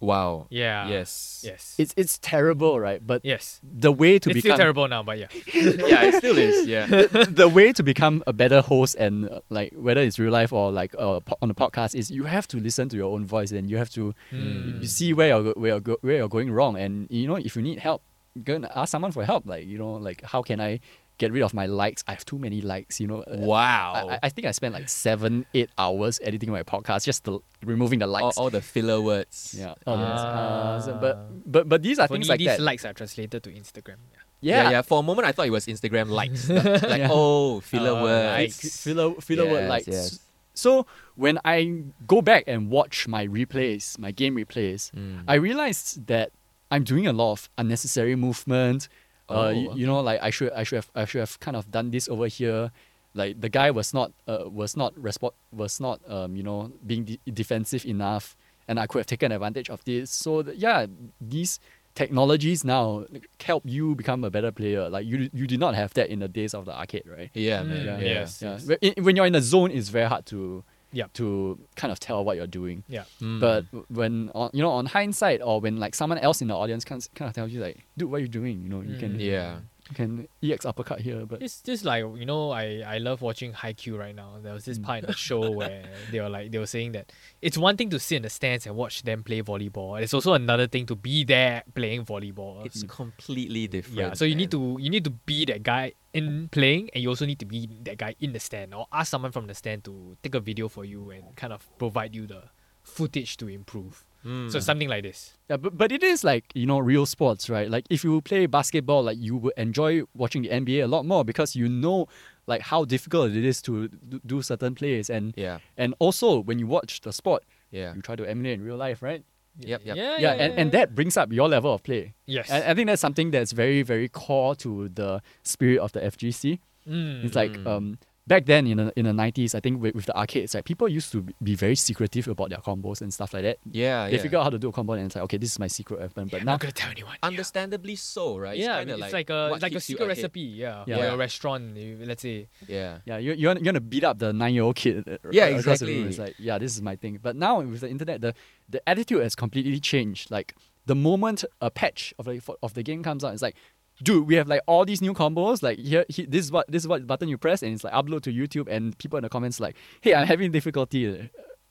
S2: Wow.
S1: Yeah.
S2: Yes.
S1: Yes.
S3: It's it's terrible, right? But
S1: yes.
S3: the way to
S1: it's still
S3: become
S1: terrible now, but yeah.
S2: (laughs) yeah, it still
S1: (laughs)
S2: is. Yeah.
S3: the way to become a better host and uh, like whether it's real life or like uh, po- on a podcast is you have to listen to your own voice and you have to
S2: Hmm.
S1: Mm.
S3: you see where you're go- where you're go- where you're going wrong and you know if you need help go and ask someone for help like you know like how can I get rid of my likes I have too many likes you know uh, I,
S2: Wow.
S3: I- I think I spent like seven eight hours editing my podcast just to, removing the
S2: all,
S3: likes
S2: all the filler words.
S3: yeah all the- uh, so-
S1: Ah.
S3: but but but these are
S1: Only
S3: things like
S1: these
S3: that
S1: likes are translated to Instagram. Yeah.
S2: Yeah. yeah,
S3: yeah
S2: For a moment, I thought it was Instagram likes.
S3: (laughs)
S2: like, like,
S3: Yeah.
S2: oh, filler
S1: Oh,
S2: words.
S1: likes.
S3: F- filler filler word
S2: Yes,
S3: likes.
S2: yes.
S3: So when I go back and watch my replays, my game replays,
S2: Mm.
S3: I realized that I'm doing a lot of unnecessary movement.
S2: Oh,
S3: uh, you, you know, like I should I should have I should have kind of done this over here. Like the guy was not uh, was not respo- was not um, you know being de- defensive enough, and I could have taken advantage of this. So th- yeah, these technologies now like, help you become a better player. Like you you did not have that in the days of the arcade, right?
S2: Yeah,
S1: Mm,
S2: man. yeah.
S1: yes.
S3: yeah. When- in- When you're in a zone, it's very hard to
S1: Yep.
S3: to kind of tell what you're doing.
S1: Yeah.
S2: Mm.
S3: But when on, you know on hindsight, or when like someone else in the audience kind of, kind of tells you like, "Dude, what are you doing?" You know, you can
S2: yeah.
S3: you can ex uppercut here, but
S1: It's just like you know, I I love watching Haikyuu right now. There was
S3: Mm.
S1: this part
S3: (laughs)
S1: in the show where they were like they were saying that it's one thing to sit in the stands and watch them play volleyball. It's also another thing to be there playing volleyball.
S2: It's completely different.
S1: Mm. yeah, so you need
S2: man.
S1: to you need to be that guy in playing, and you also need to be that guy in the stand, or ask someone from the stand to take a video for you and kind of provide you the footage to improve.
S2: Mm.
S1: So something like this.
S3: yeah, but but it is like you know real sports, right? Like if you play basketball, like you would enjoy watching the NBA a lot more because you know like how difficult it is to do- do certain plays, and
S2: Yeah.
S3: and also when you watch the sport,
S2: Yeah.
S3: you try to emulate in real life, right?
S2: Yep, yep.
S1: Yeah,
S3: yeah, and, and that brings up your level of play.
S1: yes,
S3: And I think that's something that's very, very core to the spirit of the FGC.
S1: Mm.
S3: It's like um, back then in the, in the 90s, I think with, with the arcades, like people used to be- be very secretive about their combos and stuff like that.
S2: Yeah.
S3: They
S2: yeah.
S3: figure out how to do a combo and it's like, okay, this is my secret weapon. But
S1: I'm
S3: now,
S1: not gonna tell anyone. yeah.
S2: Understandably so, right?
S1: yeah,
S2: kinda
S1: it's like, a
S2: what
S1: it's like a
S2: keeps you
S1: secret
S2: ahead.
S1: recipe, yeah,
S3: Yeah.
S1: or
S2: Yeah.
S1: a restaurant. you- Let's say
S2: Yeah.
S3: yeah, you're, you're, you're gonna beat up the nine year old kid. uh,
S2: Yeah,
S3: across the room.
S2: exactly.
S3: It's like, yeah, this is my thing. But now with the internet, the, the attitude has completely changed. Like the moment a patch of the for- of the game comes out, it's like, dude, we have like all these new combos. Like here, he, this is what this is what button you press, and it's like upload to YouTube. And people in the comments like, hey, I'm having difficulty,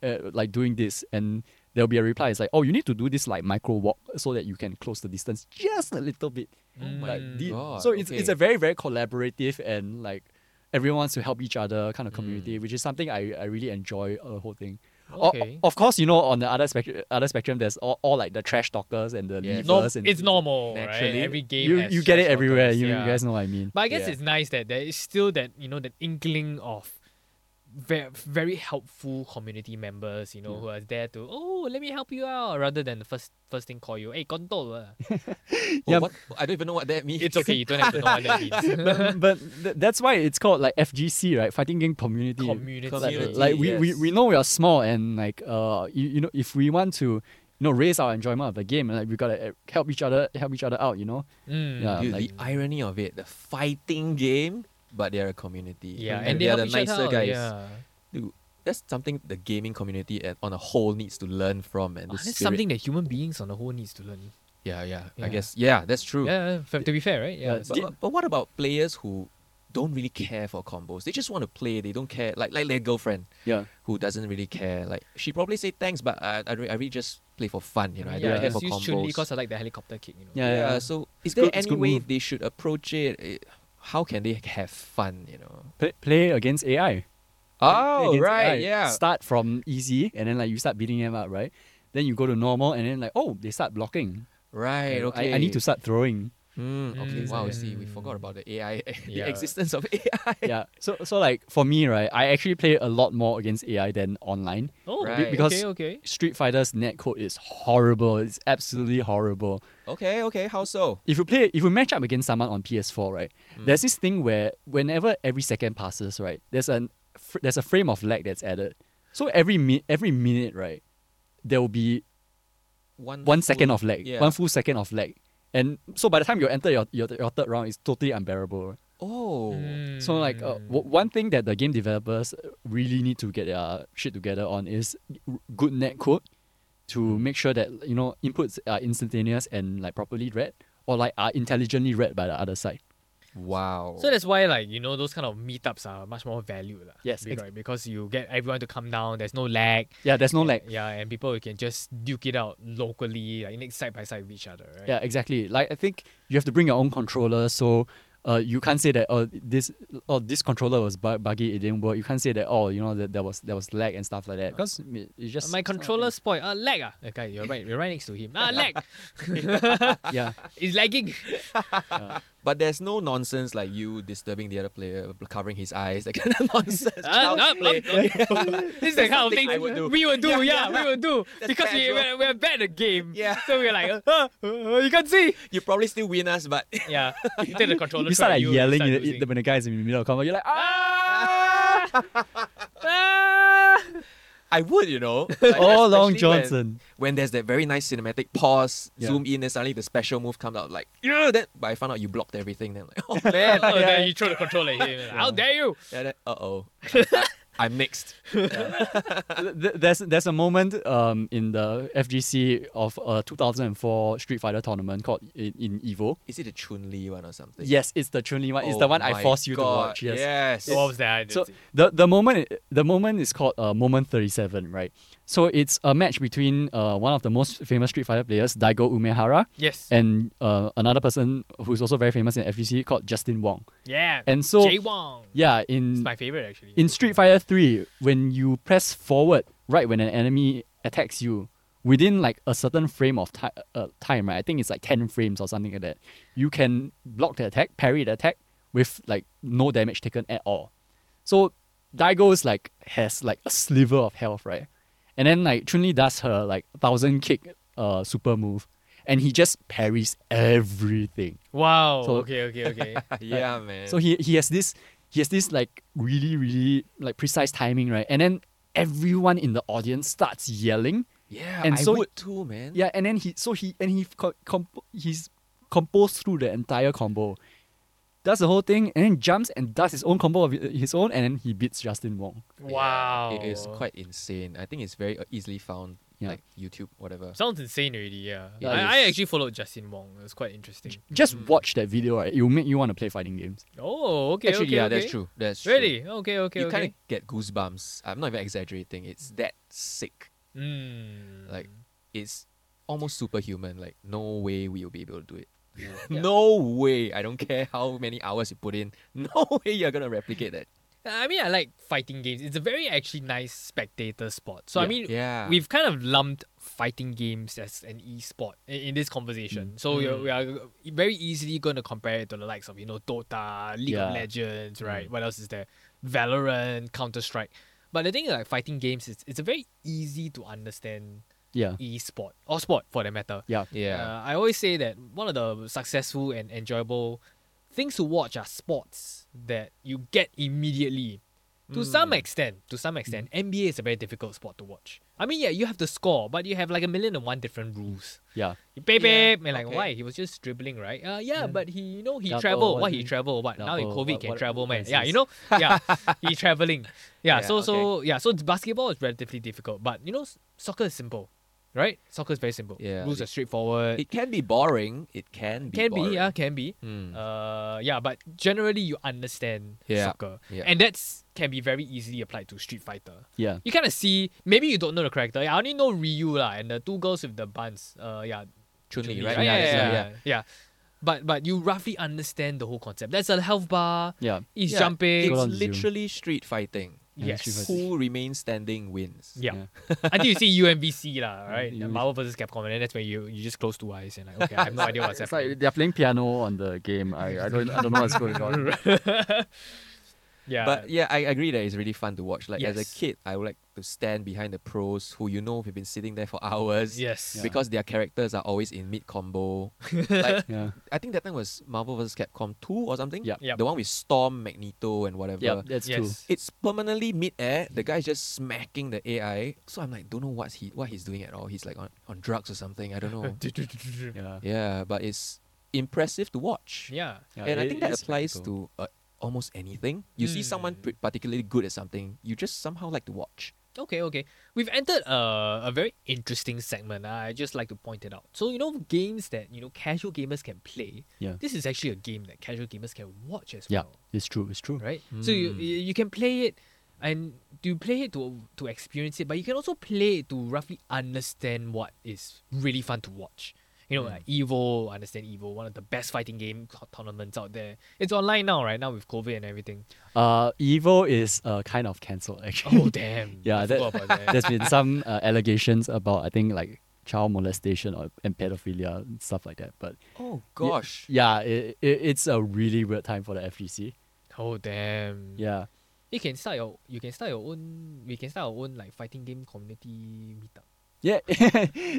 S3: uh, uh, like doing this, and. There'll be a reply. It's like, oh, you need to do this like micro walk so that you can close the distance just a little bit.
S1: Oh my
S3: like, the-
S2: God,
S3: So it's, it's
S2: okay.
S3: a very very collaborative and like everyone wants to help each other kind of community, which is something I, I really enjoy uh, the whole thing. O-
S1: Mm. Okay.
S3: of course, you know on the other spectrum, other spectrum, there's all, all like the trash talkers and the
S2: Yeah.
S3: leavers.
S1: no,
S3: and
S1: it's normal, right?
S2: naturally.
S1: Every game
S3: You
S1: has
S3: you get it
S1: stress
S3: everywhere.
S1: factors,
S3: You,
S1: yeah.
S3: you guys know what I mean.
S1: But I guess
S2: Yeah.
S1: it's nice that there is still that you know that inkling of very, very helpful community members, you know, who are there to oh let me help you out rather than the first first thing call you hey
S3: (laughs)
S1: control. ah.
S2: Oh,
S3: Yeah.
S2: What? I don't even know what that (laughs) means.
S1: it's okay, you don't have to know what that means.
S3: but (laughs) but th- that's why it's called like FGC, right? Fighting Game Community.
S1: (laughs) community, Mm.
S2: Community.
S3: like we, we,
S2: yes.
S3: we know we are small and like uh you, you know if we want to you know raise our enjoyment of the game like we gotta uh, help each other help each other out you know
S1: Mm.
S3: Yeah.
S2: Dude,
S3: Um, like-
S2: the irony of it, the fighting game, but they're a community.
S3: (laughs)
S1: Yeah,
S3: Mm-hmm.
S2: and,
S1: and they
S2: they're
S1: help
S2: the
S1: each other
S2: nicer
S1: out,
S2: guys.
S1: Yeah.
S2: Dude, that's something the gaming community at, on a whole needs to learn from, and
S1: Ah,
S2: the
S1: that's
S2: spirit.
S1: something that human beings on the whole needs to learn.
S2: Yeah, yeah,
S1: Yeah.
S2: I guess. Yeah, that's true.
S1: Yeah, fa- to be fair, right? Yeah.
S3: Yeah,
S1: it's-
S2: But, but, but what about players who don't really care for combos? They just want to play. They don't care. Like like their girlfriend
S3: yeah
S2: who doesn't really care. Like she probably say thanks, but I I, re- I really just play for fun. You know, I don't
S1: yeah,
S2: care
S1: it's
S2: for
S1: used chunli
S2: combos.
S1: because I like the helicopter kick. You know.
S3: Yeah, yeah.
S2: So is
S3: It's
S2: there
S3: good- it's
S2: any
S3: good
S2: way
S3: move.
S2: they should approach it? Eh, How can they have fun? You know.
S3: play, play against AI play
S2: Oh
S3: against
S2: right,
S3: AI.
S2: yeah.
S3: Start from easy, and then like you start beating them up, right? Then you go to normal, and then like oh, they start blocking.
S2: Right.
S3: Like,
S2: Okay.
S3: I, I need to start
S2: (laughs)
S3: throwing.
S2: Mm, okay.
S1: Mm.
S2: Wow. I See, we forgot about the AI,
S1: Yeah.
S2: (laughs) the existence of (laughs) AI.
S3: yeah. So so like for me, right, I actually play a lot more against AI than online.
S1: Oh,
S2: Right.
S3: Because-
S1: okay, okay.
S3: Street Fighter's netcode is horrible. It's absolutely horrible.
S2: Okay. Okay. How so?
S3: If you play, if you match up against someone on PS4, right,
S2: Hmm.
S3: there's this thing where whenever every second passes, right, there's an fr- there's a frame of lag that's added. So every mi- every minute, right, there will be
S2: One.
S3: one
S2: full-
S3: second of lag,
S2: yeah.
S3: one full second of lag. And so by the time you enter your, your, your third round, it's totally unbearable.
S2: Oh.
S1: Hmm.
S3: So like uh, w-
S1: Mm.
S3: one thing that the game developers really need to get their shit together on is r- good net code
S2: Hmm.
S3: to make sure that you know inputs are instantaneous and like properly read or like are intelligently read by the other side.
S2: Wow.
S1: So that's why, like you know, those kind of meetups are much more valued, lah.
S3: Yes,
S1: be-
S3: ex-
S1: right? because you get everyone to come down. There's no lag.
S3: Yeah, there's no lag.
S1: Yeah, and people can just duke it out locally, like next side by side with each other, right?
S3: Yeah, exactly. Like I think you have to bring your own controller, so uh, you can't say that oh this oh this controller was bu- buggy, it didn't work. You can't say that oh you know that there was there was lag and stuff like that because it it's just
S1: My controller spoiled. Ah, lag ah. Okay, you're right. You're right next to him. Ah, lag.
S3: (laughs)
S1: (laughs)
S3: Yeah,
S2: (laughs)
S1: It's lagging.
S2: But there's no nonsense like you disturbing the other player, (laughs) covering his eyes, that kind of (laughs) nonsense.
S1: Ah,
S2: Child's
S1: no, no,
S2: play. (laughs)
S1: no. this is the kind of
S2: something
S1: thing
S2: I would do.
S1: we would do. Yeah,
S2: Yeah, yeah.
S1: we would do
S2: That's
S1: because we we're,
S2: casual.
S1: we're bad at the game.
S2: Yeah.
S1: So we're like, uh, uh, uh, you can't see.
S2: You probably still win us, but (laughs)
S1: Yeah. You take the controller.
S3: (laughs) you start
S1: try
S3: like
S1: you, you
S3: yelling
S1: start
S3: in the,
S1: losing.
S3: when the guy's in the middle of combat. You're like ah,
S1: Ah!
S2: (laughs)
S1: Ah!
S2: I would, you
S3: (laughs)
S2: know. Like,
S3: oh
S2: (laughs) especially
S3: Long
S2: When, (laughs)
S3: Johnson.
S2: when there's that very nice cinematic pause,
S3: Yeah.
S2: zoom in, and suddenly the special move comes out, like, yeah, that. But I found out you blocked everything. Then, like, (laughs) oh man,
S1: Oh, then you throw the controller at him. How dare
S2: (laughs)
S1: you?
S2: uh
S1: (laughs)
S2: oh, I'm next.
S3: Th- th- there's there's a moment um in the FGC of uh 2004 Street Fighter tournament called in, in Evo.
S2: Is it a Chun Li one or something?
S3: Yes, it's the Chun Li one. it's
S2: Oh
S3: the one I
S2: my
S3: forced you to
S2: God,
S3: watch. Yes. Oh,
S2: Yes.
S1: What was that? I didn't
S3: so
S1: see.
S3: the the moment the moment is called uh, moment 37 right so it's a match between uh, one of the most famous street fighter players daigo umehara
S1: yes.
S3: and uh, another person who's also very famous in FGC called justin wong
S1: yeah.
S3: and so-
S1: J Wong.
S3: yeah
S1: It's
S3: in
S1: my favorite actually.
S3: in street fighter 3 when you press forward right when an enemy attacks you within like a certain frame of ti- uh, time right i think it's like 10 frames or something like that you can block the attack parry the attack with like no damage taken at all so Daigo's like has like a sliver of health, right? And then like Chun Li does her like thousand kick uh super move, and he just parries everything.
S1: Wow.
S3: So-
S1: okay. Okay.
S3: (laughs)
S1: Okay.
S2: Yeah, man.
S3: So he he has this he has this like really really like precise timing, right? And then everyone in the audience starts yelling,
S2: yeah,
S3: and
S2: I
S3: so-
S2: would too, man.
S3: yeah. And then he so he and he co- comp- he's composed through the entire combo, does the whole thing, and then jumps and does his own combo of his own, and then he beats Justin Wong.
S2: Yeah,
S1: wow.
S2: It is quite insane. I think it's very uh, easily found,
S3: Yeah.
S2: like YouTube, whatever.
S1: Sounds insane already. Yeah.
S3: Yeah, it
S1: I, I
S3: is.
S1: actually followed Justin Wong. It was quite interesting.
S3: Just watch that video, right? It will make you want to play fighting games.
S1: Oh. Okay.
S2: Actually,
S1: okay,
S2: yeah,
S1: okay.
S2: that's true. That's true.
S1: Really? Okay. Okay.
S2: you kind
S1: okay.
S2: of get goosebumps. I'm not even exaggerating. It's that sick.
S1: Mm.
S2: Like it's almost superhuman. Like no way we will be able to
S3: (laughs)
S2: do it.
S1: Yeah.
S2: (laughs) no way. I don't care how many hours you put in. (laughs) No way you're gonna replicate that.
S1: I mean, I like fighting games. It's a very actually nice spectator sport. So I
S3: Yeah.
S1: mean,
S2: Yeah.
S1: we've kind of lumped fighting games as an e-sport in, in this conversation.
S2: Mm,
S1: So we're, we are very easily going to compare it to the likes of you know Dota, League of
S3: Yeah.
S1: Legends, right?
S2: Mm.
S1: What else is there? Valorant, Counter Strike. But the thing is, like fighting games, it's it's a very easy to understand
S3: Yeah.
S1: e-sport or sport for that matter.
S3: Yeah.
S2: yeah.
S1: Uh, I always say that one of the successful and enjoyable things to watch are sports that you get immediately. To
S2: Mm.
S1: some extent, to some extent, NBA is a very difficult sport to watch. I mean, yeah, you have to score, but you have like a million and one different rules.
S3: Yeah.
S1: You pay,
S2: Yeah,
S1: pay, and like
S2: okay. Mm.
S1: why? He was just dribbling, right? Uh, yeah,
S3: Yeah.
S1: but he, you know, he
S3: Double,
S1: traveled. Why
S3: what
S1: he
S3: is it?
S1: traveled? What now? In
S3: Double,
S1: COVID,
S3: what-
S1: can
S3: what-
S1: travel,
S3: what
S1: man.
S3: is
S1: Yeah, you
S3: this?
S2: (laughs)
S1: know, yeah, he traveling. Yeah,
S2: Yeah,
S1: so so yeah, so basketball is relatively difficult, but you know, s- soccer is simple, right? Soccer is very simple.
S2: Yeah,
S1: rules
S2: it-
S1: are straightforward.
S2: it can be boring. It can be.
S1: can
S2: boring.
S1: be, yeah, can be.
S2: Mm.
S1: Uh, yeah, but generally you understand
S2: Yeah,
S1: soccer,
S2: yeah.
S1: and that's can be very easily applied to Street Fighter.
S3: Yeah.
S1: You kind of see, maybe you don't know the character. I only know Ryu lah, and the two girls with the buns. Uh, yeah,
S2: Chun-Li,
S1: Chun-Li,
S2: right?
S1: Yeah, yeah,
S2: that's
S1: yeah,
S2: right,
S1: yeah. But but you roughly understand the whole concept. That's a health bar.
S3: Yeah.
S1: He's
S2: Yeah,
S1: jumping.
S3: Go
S2: It's
S3: on Zoom.
S2: literally street fighting.
S3: Yeah,
S1: yes.
S3: Street Fighter.
S2: Who remains standing wins.
S1: Yeah. (laughs)
S3: Yeah.
S1: Until you see UMBC lah, right?
S3: you-
S1: Marvel versus Capcom, and then that's when you you just close two eyes and like, okay, I have no idea what's
S3: It's
S1: happening.
S3: like they're playing piano on the game. I, I don't I don't know what's going
S1: (laughs)
S3: on.
S1: yeah.
S2: But yeah, I agree that it's really fun to watch. Like as
S1: Yes.
S2: a kid, I would like to stand behind the pros who you know have been sitting there for (laughs) hours.
S1: yes.
S3: Yeah.
S2: Because their characters are always in
S1: (laughs)
S2: mid combo. like
S3: Yeah.
S2: I think that time was Marvel vs. Capcom 2 or something.
S3: Yep.
S1: Yep.
S2: The one with Storm, Magneto, and whatever.
S3: Yeah. That's true.
S1: yes. (laughs)
S2: It's permanently mid air. The guy's just smacking the AI. So I'm like, don't know what's he what he's doing at all. He's like on, on drugs or something. I
S1: (laughs)
S2: don't know.
S3: Yeah.
S2: yeah, but it's impressive to watch.
S1: Yeah.
S3: Yeah,
S2: and I
S3: it-
S2: think
S3: it
S2: that
S3: is
S2: applies
S3: spectacle.
S2: to uh, almost anything. You see someone
S1: Mm.
S2: pr- particularly good at something, you just somehow like to watch.
S1: Okay, okay. We've entered a, a very interesting segment. I just like to point it out. So you know games that you know casual gamers can play.
S3: Yeah.
S1: This is actually a game that casual gamers can watch as
S3: Yeah,
S1: well,
S3: it's true. It's true.
S1: right? So you
S2: Mm.
S1: you you can play it, and you play it to to experience it, but you can also play it to roughly understand what is really fun to watch. You know,
S2: Mm.
S1: like Evo, understand Evo, one of the best fighting game co- tournaments out there. It's online now, right now with COVID and everything.
S3: Uh, Evo is uh, kind of cancelled (laughs)
S1: (laughs)
S3: actually.
S1: Oh damn!
S3: Yeah,
S1: I
S3: (laughs) that-
S1: forgot about that.
S3: There's been some uh, allegations about I think like child molestation or and pedophilia and stuff like that. But
S2: Oh gosh.
S3: yeah, it, it, it's a really weird time for the FGC.
S1: Oh damn!
S3: Yeah,
S1: You can start your you can start your own we can start our own like fighting game community meetup.
S3: yeah, (laughs)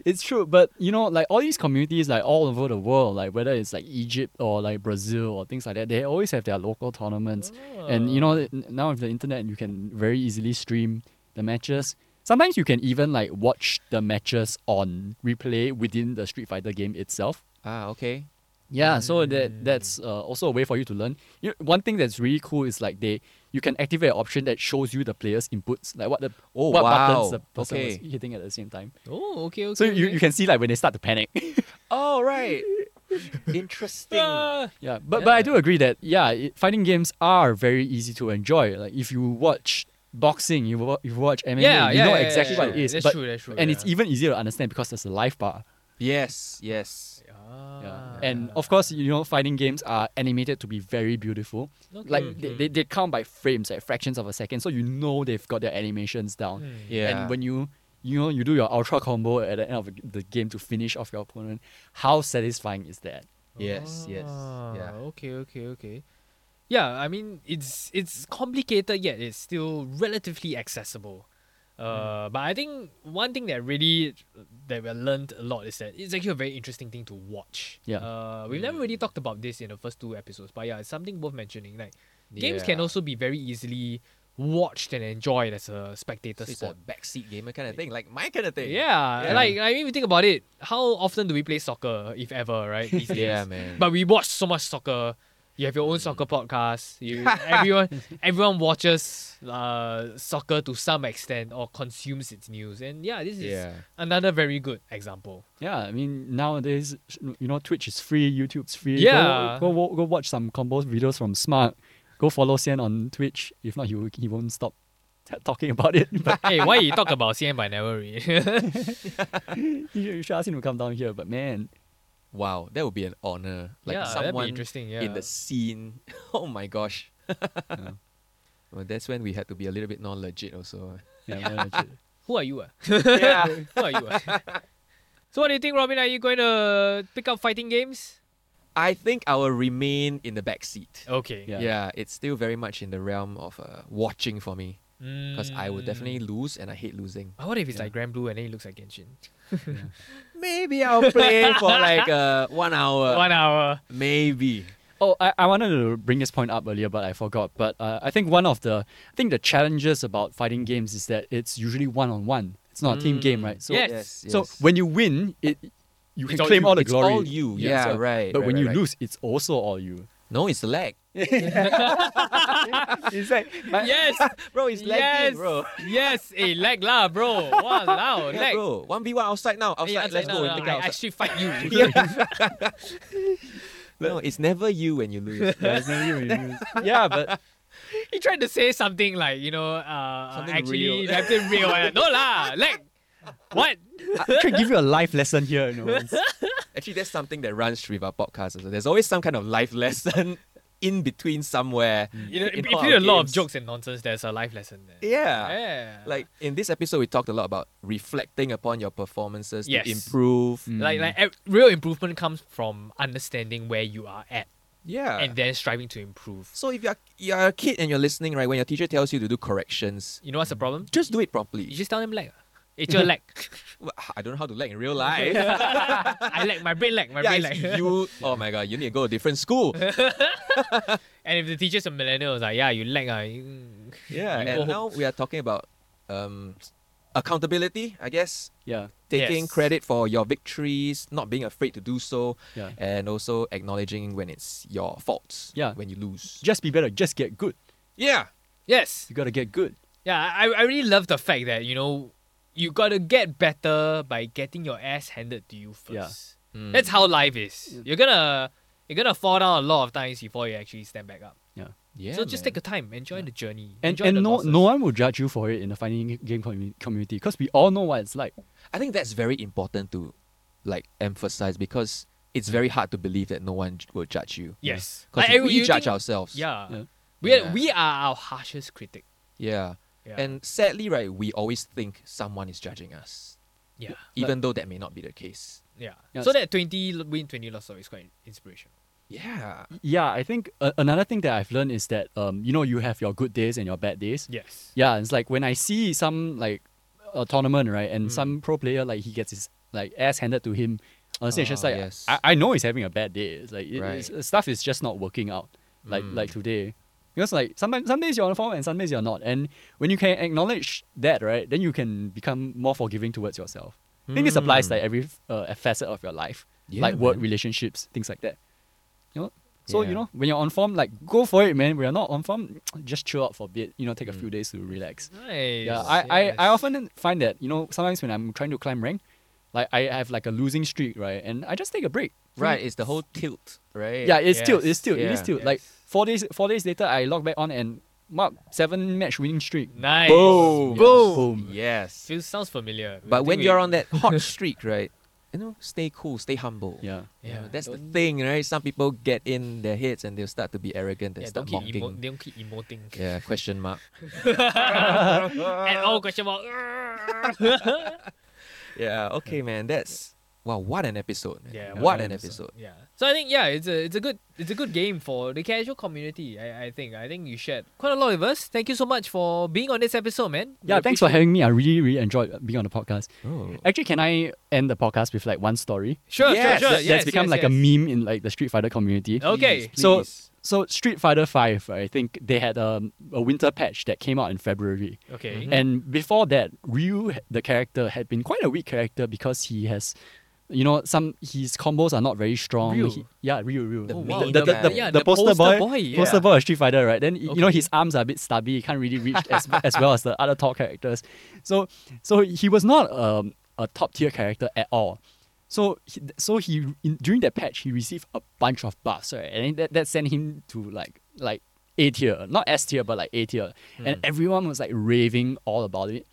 S3: it's true. But you know, like all these communities, like all over the world, like whether it's like Egypt or like Brazil or things like that, they always have their local tournaments. And you know,
S2: Uh.
S3: n- now with the internet, you can very easily stream the matches. Sometimes you can even like watch the matches on replay within the Street Fighter game itself.
S2: Ah, okay.
S3: Yeah, so that that's uh, also a way for you to learn. You know, one thing that's really cool is like they you can activate an option that shows you the player's inputs, like what the
S2: Oh,
S3: what
S2: wow.
S3: buttons the person was
S2: Okay.
S3: hitting at the same time.
S1: Oh, okay, okay.
S3: So you,
S1: okay.
S3: you can see like when they start to panic. (laughs)
S2: All right. (laughs) Interesting.
S1: Ah!
S3: yeah, but but I do agree that yeah, it, fighting games are very easy to enjoy. Like if you watch boxing, you wa- you watch MMA,
S1: yeah,
S3: you
S1: yeah,
S3: know
S1: yeah,
S3: exactly
S1: yeah,
S3: what it
S1: yeah.
S3: is.
S1: That's
S3: but-
S1: true, that's true.
S3: and it's
S1: yeah.
S3: even easier to understand because there's a live bar.
S2: Yes, yes.
S1: Ah.
S3: And of course, you know, fighting games are animated to be very beautiful.
S1: Okay, Mm-hmm.
S3: Like
S1: okay.
S3: they, they, they count by frames, like fractions of a second, so you know they've got their animations down.
S1: Hmm.
S2: Yeah.
S3: And when you you know you do your ultra combo at the end of the game to finish off your opponent, how satisfying is that?
S2: yes, yes.
S1: Ah,
S2: Yeah.
S1: Okay, okay, okay. Yeah, I mean it's it's complicated yet it's still relatively accessible.
S2: Mm.
S1: Uh, but I think one thing that really that we learned a lot is that it's actually a very interesting thing to watch.
S3: Yeah.
S1: Uh, we've never
S2: Mm.
S1: really talked about this in the first two episodes, but yeah, it's something worth mentioning. Like games
S2: Yeah.
S1: can also be very easily watched and enjoyed as a spectator
S2: So it's a
S1: sport.
S2: backseat gamer kind of thing, like my kind of thing.
S1: Yeah,
S2: Yeah.
S1: like I mean, if you think about it, how often do we play soccer, if ever, right? These days?
S2: (laughs) Yeah, man.
S1: But we watch so much soccer. You have your own soccer podcast. You
S2: (laughs)
S1: everyone everyone watches uh, soccer to some extent or consumes its news. And yeah, this is
S2: yeah.
S1: another very good example.
S3: Yeah, I mean nowadays, you know, Twitch is free, YouTube's free.
S1: Yeah.
S3: Go go, go watch some combos videos from Smart. Go follow Sian on Twitch. If not, he will- he won't stop (laughs) t- talking about it. (laughs) But
S1: hey, why you talk about CM by never read? (laughs)
S3: you, you should ask him to come down here. But man,
S2: Wow, that would be an honor. Like
S1: yeah, that'd be
S2: someone
S1: interesting. Yeah.
S2: in the scene. (laughs) Oh my gosh. (laughs) Well, that's when we had to be a little bit non legit also.
S3: yeah, man, legit.
S1: Who are you? ah?
S2: Yeah.
S1: (laughs) Who are you?
S2: (laughs)
S1: ah? so what do you think, Robin? Are you going to pick up fighting games?
S2: I think I will remain in the backseat.
S1: Okay.
S3: Yeah.
S2: Oh, Yeah. it's still very much in the realm of uh, watching for me because I will
S1: Mm.
S2: definitely lose and I hate losing.
S1: But Mm. what if it's
S3: Yeah.
S1: like Grand Blue and then it looks like Genshin?
S2: Maybe I'll (laughs) play for like uh, one hour.
S1: One hour.
S2: Maybe.
S3: (laughs) Oh, I, I wanted to bring this point up earlier, but I forgot. But uh, I think one of the I think the challenges about fighting games is that it's usually one on one. It's not a team game,
S2: Mm.
S3: right? So
S1: Yes.
S3: so when you win, it you can
S1: all
S3: claim
S1: you-
S3: all the
S2: it's
S3: glory.
S2: all you. Yeah,
S3: so-
S2: right,
S3: But
S2: right,
S3: when
S2: right,
S3: you
S2: right.
S3: lose, it's also all you.
S2: No, it's lag.
S3: It's like
S1: Yes.
S2: Bro, it's
S1: yes.
S2: lagging, bro.
S1: Yes. Hey, lag lah, bro. Wow,
S2: (laughs) Yeah,
S1: lag.
S2: bro. 1v1 outside now. Outside,
S1: Hey, I was
S2: let's
S1: like,
S2: go.
S1: no, no,
S2: take it
S1: I
S2: outside.
S1: actually fight you.
S2: (laughs)
S1: (laughs)
S2: No, it's never you when you
S1: (laughs)
S2: lose.
S3: (laughs) yeah, it's never you when you lose. (laughs) yeah, but
S1: He tried to say something like, you know, uh,
S2: Something
S1: actually,
S2: real.
S1: (laughs) something real. I'm like, no lah, lag. What?
S3: I can give you a life lesson here. You know, it's-
S2: Actually, that's something that runs through our podcast. Also. There's always some kind of life lesson (laughs) in between somewhere.
S1: Mm. You know,
S2: (laughs) in
S1: if
S2: all
S1: you do a
S2: our
S1: lot of
S2: games.
S1: jokes and nonsense, there's a life lesson there.
S2: Yeah.
S1: Yeah.
S2: Like in this episode, we talked a lot about reflecting upon your performances
S1: Yes. Mm.
S2: to improve.
S1: like, like ev- real improvement comes from understanding where you are at
S2: Yeah.
S1: and then striving to improve.
S2: so if you're you're a kid and you're listening, right, when your teacher tells you to do corrections,
S1: You know what's the problem?
S2: just do it
S1: You
S2: properly.
S1: just tell them lag.
S2: (laughs)
S1: It's your lag.
S2: Well, I don't know how to lag in real
S1: (laughs)
S2: life.
S1: I lag. My brain lag. My
S2: yeah,
S1: brain
S2: it's
S1: lag.
S2: you. Oh my god, you need to go to a different
S1: (laughs)
S2: school.
S1: And if the teacher's a millennial, it's like, yeah, you lag. ah, you-
S2: Yeah,
S1: You
S2: and
S1: go-
S2: now we are talking about um, accountability, I guess.
S3: yeah,
S2: Taking
S1: Yes.
S2: credit for your victories, not being afraid to do so,
S3: yeah.
S2: and also acknowledging when it's your faults.
S3: Yeah.
S2: When you lose.
S3: Just be better. Just get good.
S2: Yeah.
S1: Yes.
S3: You gotta get good.
S1: Yeah, I, I really love the fact that, you know, you gotta get better by getting your ass handed to you first.
S3: Yeah.
S2: Mm.
S1: That's how life is. You're gonna you're gonna fall down a lot of times before you actually stand back up.
S2: yeah,
S1: so just
S2: man.
S1: take your time, enjoy the journey.
S3: And,
S1: enjoy
S3: and
S1: the
S3: no,
S1: losses.
S3: no one will judge you for it in the fighting game commu- community because we all know what it's like.
S2: I think that's very important to like emphasize because it's very hard to believe that no one j- will judge you.
S3: (laughs)
S1: Yes.
S2: Because
S1: Like, I-
S2: we
S1: you
S2: judge
S1: think-
S2: ourselves.
S1: Yeah.
S3: Yeah.
S1: We are,
S2: Yeah.
S1: we are our harshest critic.
S2: Yeah.
S1: Yeah.
S2: And sadly, right, we always think someone is judging us,
S1: yeah.
S2: even though that may not be the case.
S1: Yeah.
S3: Yeah,
S1: So
S3: it's-
S1: that 20 l- win 20 loss story is quite inspirational.
S2: Yeah.
S1: Mm-hmm.
S3: Yeah, I think uh, another thing that I've learned is that um, you know you have your good days and your bad days.
S1: Yes.
S3: Yeah, it's like when I see some like a tournament, right, and
S1: Mm.
S3: some pro player like he gets his like ass handed to him on stage, it's
S2: Oh,
S3: like
S2: yes.
S3: I, I know he's having a bad day. It's like it, it's- uh,
S2: Right.
S3: stuff is just not working out. Like
S2: Mm.
S3: like today. Because like sometimes some days you're on form and some days you're not. And when you can acknowledge that, right, then you can become more forgiving towards yourself. I think this applies
S2: Mm.
S3: like every uh, facet of your life,
S2: Yeah,
S3: like work,
S2: man.
S3: relationships, things like that. You know, so
S2: Yeah.
S3: you know when you're on form, like go for it, man. When you're not on form, just chill out for a bit. You know, take a few days to relax.
S1: Nice.
S3: Yeah, I, I, I
S1: yes.
S3: often find that you know sometimes when I'm trying to climb rank, like I have like a losing streak, right, and I just take a break.
S2: Right, it's the whole
S1: Mm-hmm.
S2: tilt, right?
S3: Yeah, it's still,
S1: Yes.
S3: it's still, it is
S2: Yeah.
S3: still. Like
S1: Yes.
S3: four days, four days later, I log back on and mark seven match winning streak.
S1: Nice.
S2: Boom.
S1: Boom.
S3: Boom.
S2: Yes.
S1: Feels sounds familiar. I
S2: But when
S1: think
S2: you're
S1: we-
S2: on
S3: (laughs)
S2: that hot streak, right? You know, stay cool, stay humble.
S3: Yeah.
S2: You know,
S1: Yeah,
S2: that's the
S1: don't-
S2: thing, right? Some people get in their heads and they'll start to be arrogant and
S1: yeah, don't
S2: start
S1: keep
S2: mocking.
S1: emo- don't keep emoting.
S2: yeah, question mark.
S1: and all question mark. (laughs)
S2: Yeah, okay, man. That's wow, what an episode. Man.
S1: Yeah,
S2: what an episode.
S1: yeah. So I think yeah, it's a it's a good it's a good game for the casual community. I, I think I think you shared quite a lot with us. Thank you so much for being on this episode, man. We
S3: Yeah, thanks for
S1: appreciate-
S3: having me. I really, really enjoyed being on the podcast.
S2: Oh.
S3: Actually, can I end the podcast with like one story?
S1: Sure,
S2: Yes,
S1: sure, sure.
S3: That-
S1: yes,
S3: that's become
S1: yes,
S3: like a Mm-hmm.
S1: yes.
S3: meme in like the Street Fighter community.
S1: Okay.
S3: So-
S2: So
S3: So Street Fighter Five, I think they had um, a winter patch that came out in February,
S1: Okay.
S2: Mhm.
S3: and before that, Ryu, the character, had been quite a weak character because he has, you know, some his combos are not very strong.
S1: Ryu?
S3: He- yeah, Ryu, Ryu.
S2: The
S1: Oh,
S2: main
S1: wow.
S3: the, the,
S2: guy.
S3: the,
S1: yeah,
S3: the poster, boy, poster
S1: yeah.
S3: boy of Street Fighter, right? Then y- you know
S1: Okay.
S3: his arms are a bit stubby, he can't really reach as, (laughs) as well as the other top characters. So so he was not um, a top tier character at all. So he, so he in, during that patch he received a bunch of buffs, right? And then that, that sent him to like like A tier, not S tier, but like A tier. And everyone was like raving all about it.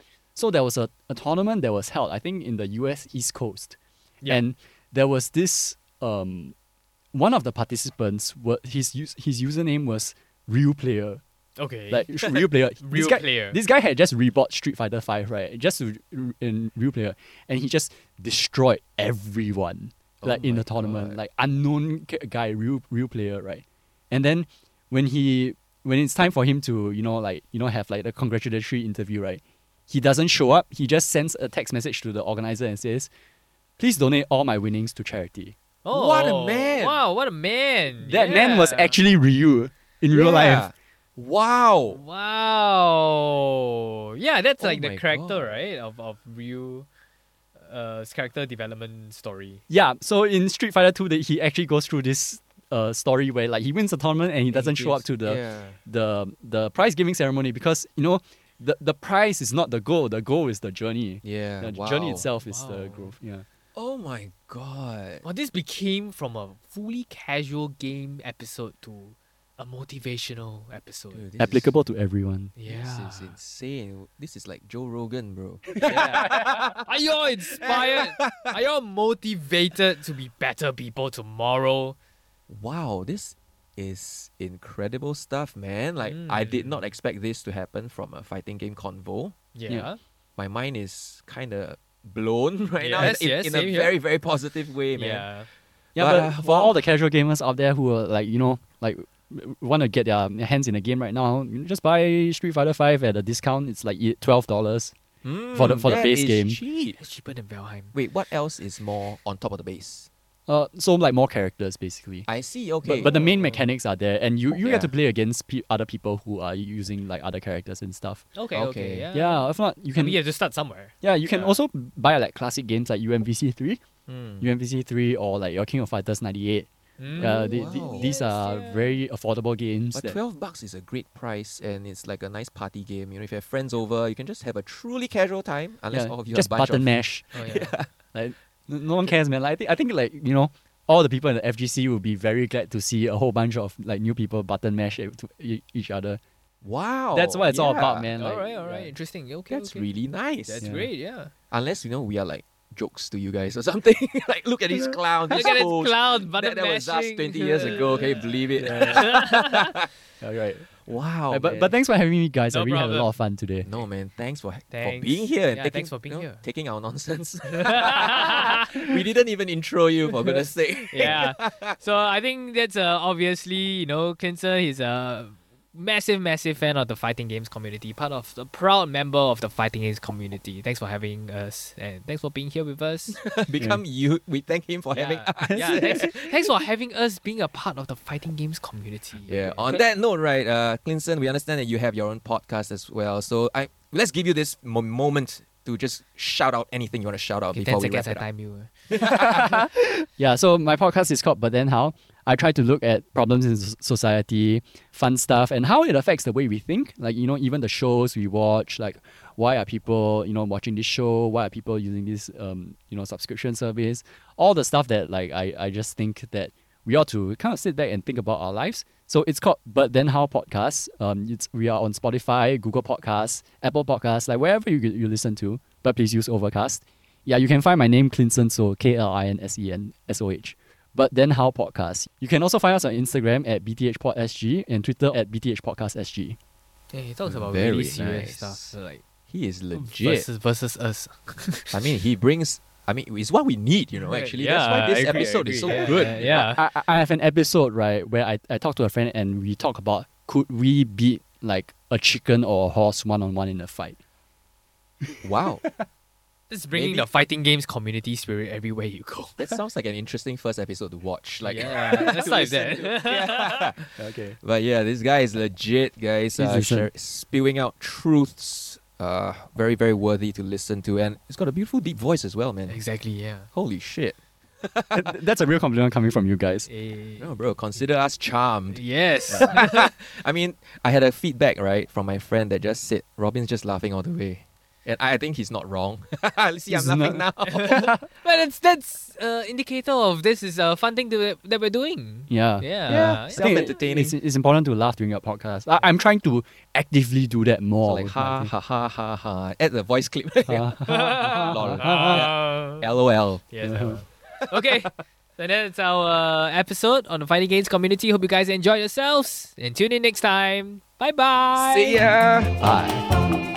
S3: So there was a, a tournament that was held, I think, in the U.S. East Coast,
S1: Yeah.
S3: and there was this um, one of the participants were his us- his username was real player
S1: Okay.
S3: like sh- real player
S1: Real
S3: this guy,
S1: player.
S3: this guy had just rebought Street Fighter Five right just to, in real player and he just destroyed everyone
S2: Oh
S3: like in
S2: my
S3: the tournament
S2: God.
S3: like unknown ca- guy real real player right and then when he when it's time for him to you know like you know have like the congratulatory interview right he doesn't show up he just sends a text message to the organizer and says please donate all my winnings to charity
S1: oh,
S2: What a man.
S1: Wow, what a man.
S3: that man was
S1: Yeah.
S3: actually Ryu in real life
S2: Wow.
S1: Wow. Yeah, that's
S2: Oh
S1: like the
S2: my
S1: character,
S2: God.
S1: right? Of of Ryu uh character development story.
S3: Yeah, so in Street Fighter 2, that he actually goes through this uh, story where like he wins the tournament and he doesn't show up to the
S2: Yeah.
S3: the the prize giving ceremony because you know the the prize is not the goal. The goal is the journey.
S2: Yeah.
S3: The
S2: wow.
S3: journey itself is the
S1: Wow.
S3: growth. Yeah.
S2: Oh my god.
S1: Well, this became from a fully casual game episode to a motivational episode.
S2: Dude, this
S3: Applicable to everyone.
S2: Is,
S1: Yeah.
S2: This is insane. This is like Joe Rogan,
S1: (laughs)
S2: bro.
S1: Yeah. (laughs) Are y'all inspired? Are y'all motivated to be better people tomorrow?
S2: wow, this is incredible stuff, man. Like I did
S1: Mm.
S2: not expect this to happen from a fighting game convo.
S1: Yeah.
S3: Yeah.
S2: My mind is kind of blown (laughs) right
S1: Yes,
S2: now in,
S1: yes,
S2: in a
S1: same here.
S2: very very positive way, man.
S1: Yeah.
S3: Yeah,
S2: But,
S3: but,
S2: uh,
S3: for
S2: well-
S3: all the casual gamers out there who are like, you know, like want to get their hands in the game right now, you just buy Street Fighter 5 at a discount. It's like twelve dollars. For the-
S2: Mm,
S3: for the
S2: that
S3: base
S2: is
S3: game.
S2: cheap.
S1: That's cheaper than Valheim.
S2: Wait, what else is more on top of the base?
S3: Uh, so like more characters basically.
S2: I see. Okay.
S3: But, but the main
S1: Oh.
S3: mechanics are there, and you, you get to
S2: Yeah.
S3: play against pe- other people who are using like other characters and stuff.
S1: Okay, okay,
S2: Okay.
S1: yeah.
S3: Yeah, if not, you
S1: You can,
S3: can.
S1: we have to start somewhere.
S3: Yeah, you can
S2: Yeah.
S3: also buy like classic games like UMVC three,
S2: Mm.
S3: UMVC three, or like your King of Fighters ninety eight.
S1: Mm.
S3: Uh, the- the-
S2: Mm, Wow.
S3: these are
S1: Yes, yeah.
S3: very affordable games.
S2: But
S3: that-
S2: twelve bucks is a great price, and it's like a nice party game. You know, if you have friends over, you can just have a truly casual time. Unless
S3: yeah,
S2: all of you
S3: just
S2: are a bunch
S3: button
S2: of
S3: mash.
S1: Oh, yeah.
S3: Like n- no one cares, man. Like, I think I think like you know, all the people in the FGC will be very glad to see a whole bunch of like new people button mash e- to e- each other.
S2: wow.
S3: That's what it's all about,
S2: Oh, yeah.
S3: man.
S1: all
S3: like,
S1: right, all right.
S3: yeah.
S1: Interesting. Okay,
S2: That's
S1: okay.
S2: really nice.
S1: That's
S3: Yeah.
S1: great. Yeah.
S2: Unless you know we are like jokes to you guys or something. (laughs) like look at these clowns.
S1: Look at
S2: these fools.
S1: this clown button
S2: That, that was us
S1: mashing.
S2: 20 years
S1: (laughs)
S2: ago. Can you believe it?
S3: All right.
S2: Wow.
S3: Uh, but
S2: man.
S3: but thanks for having me, guys. I
S1: Oh, No
S3: really had a
S1: problem.
S3: lot of fun today.
S2: no, man. Thanks for, for
S1: Thanks.
S2: being here and
S1: Yeah,
S2: taking,
S1: thanks for being
S2: you know,
S1: here.
S2: taking our
S1: (laughs)
S2: nonsense. (laughs) we didn't even intro you for goodness sake. (laughs)
S1: yeah. So I think that's uh, obviously, you know, Kinser, he's a massive, massive fan of the fighting games community, part of the proud member of the fighting games community. Thanks for having us and thanks for being here with us.
S2: Become you. We thank him (laughs) for having.
S1: yeah. (laughs) yeah thanks, thanks for having us being a part of the fighting games community.
S2: Yeah. On that note, right, uh, Clinton, we understand that you have your own podcast as well. So I let's give you this mo- moment to just shout out anything you want to shout out
S1: Okay, 10
S2: before we wrap
S1: seconds, I
S2: it up.
S1: time you.
S3: Yeah, so my podcast is called But Then How. I try to look at problems in s- society, fun stuff, and how it affects the way we think. Like, you know, even the shows we watch, like, why are people, you know, watching this show? Why are people using this, um, you know, subscription service? All the stuff that, like, I, I just think that we ought to kind of sit back and think about our lives. So it's called But Then How Podcast. Um, it's, we are on Spotify, Google Podcasts, Apple Podcasts, like wherever you, you listen to. But please use Overcast. Yeah, you can find my name Clinton So K L I N S E N S O H. But then how podcast? You can also find us on Instagram at bthpodsg and Twitter at bthpodcastsg.
S1: Yeah, he talks about
S2: Very
S1: really serious
S2: nice.
S1: stuff. Like
S2: He is legit.
S1: Versus, versus us. (laughs)
S2: I mean, he brings. I mean, it's what we need, you know.
S1: Right,
S2: Actually,
S1: yeah,
S2: that's why this
S1: I agree, I
S2: episode is so
S1: agree. Yeah,
S2: good.
S1: yeah, yeah.
S2: Uh-huh.
S3: I, I- I have an episode, right, where I, I talked to a friend and we talk about could we beat like a chicken or a horse one on one in a fight?
S1: (laughs)
S2: Wow,
S1: Just bringing
S2: Maybe-
S1: the fighting games community spirit everywhere you go. (laughs)
S2: that sounds like an interesting first episode to watch. Like,
S1: yeah, (laughs) that's
S2: to
S1: like
S2: listen
S1: that.
S2: to.
S3: (laughs) Okay.
S2: But yeah, this guy is legit, guys.
S3: Please
S2: Uh,
S3: listen.
S2: share- spewing out truths, uh, very very worthy to listen to, and it's got a beautiful deep voice as well,
S1: (laughs)
S2: man.
S1: Exactly, yeah.
S2: Holy shit!
S3: That's a real compliment coming from you guys.
S1: Eh,
S2: No, bro, consider us charmed. (laughs)
S1: Yes.
S2: I mean, I had a feedback right from my friend that just said Robin's just laughing all the way, and I I think he's not wrong. (laughs) See, I'm
S3: He's
S2: laughing
S3: not. (laughs)
S2: now.
S1: (laughs) But it's that's uh, indicator of this is a fun thing to, that we're doing.
S3: Yeah.
S1: Yeah.
S2: Yeah.
S3: I think it-
S2: Self-entertaining.
S3: It's, it's important to laugh during a podcast. I, I'm trying to actively do that more.
S2: So like
S3: with my
S2: ha
S3: thing.
S2: ha ha ha ha. Add the voice clip. (laughs) Lol.
S1: Ah.
S2: (laughs) LOL.
S1: Yes, I will.
S2: (laughs)
S1: okay. So that's our uh, episode on the Fighting Games community. Hope you guys enjoy yourselves and tune in next time. Bye bye.
S2: See ya.
S3: Bye.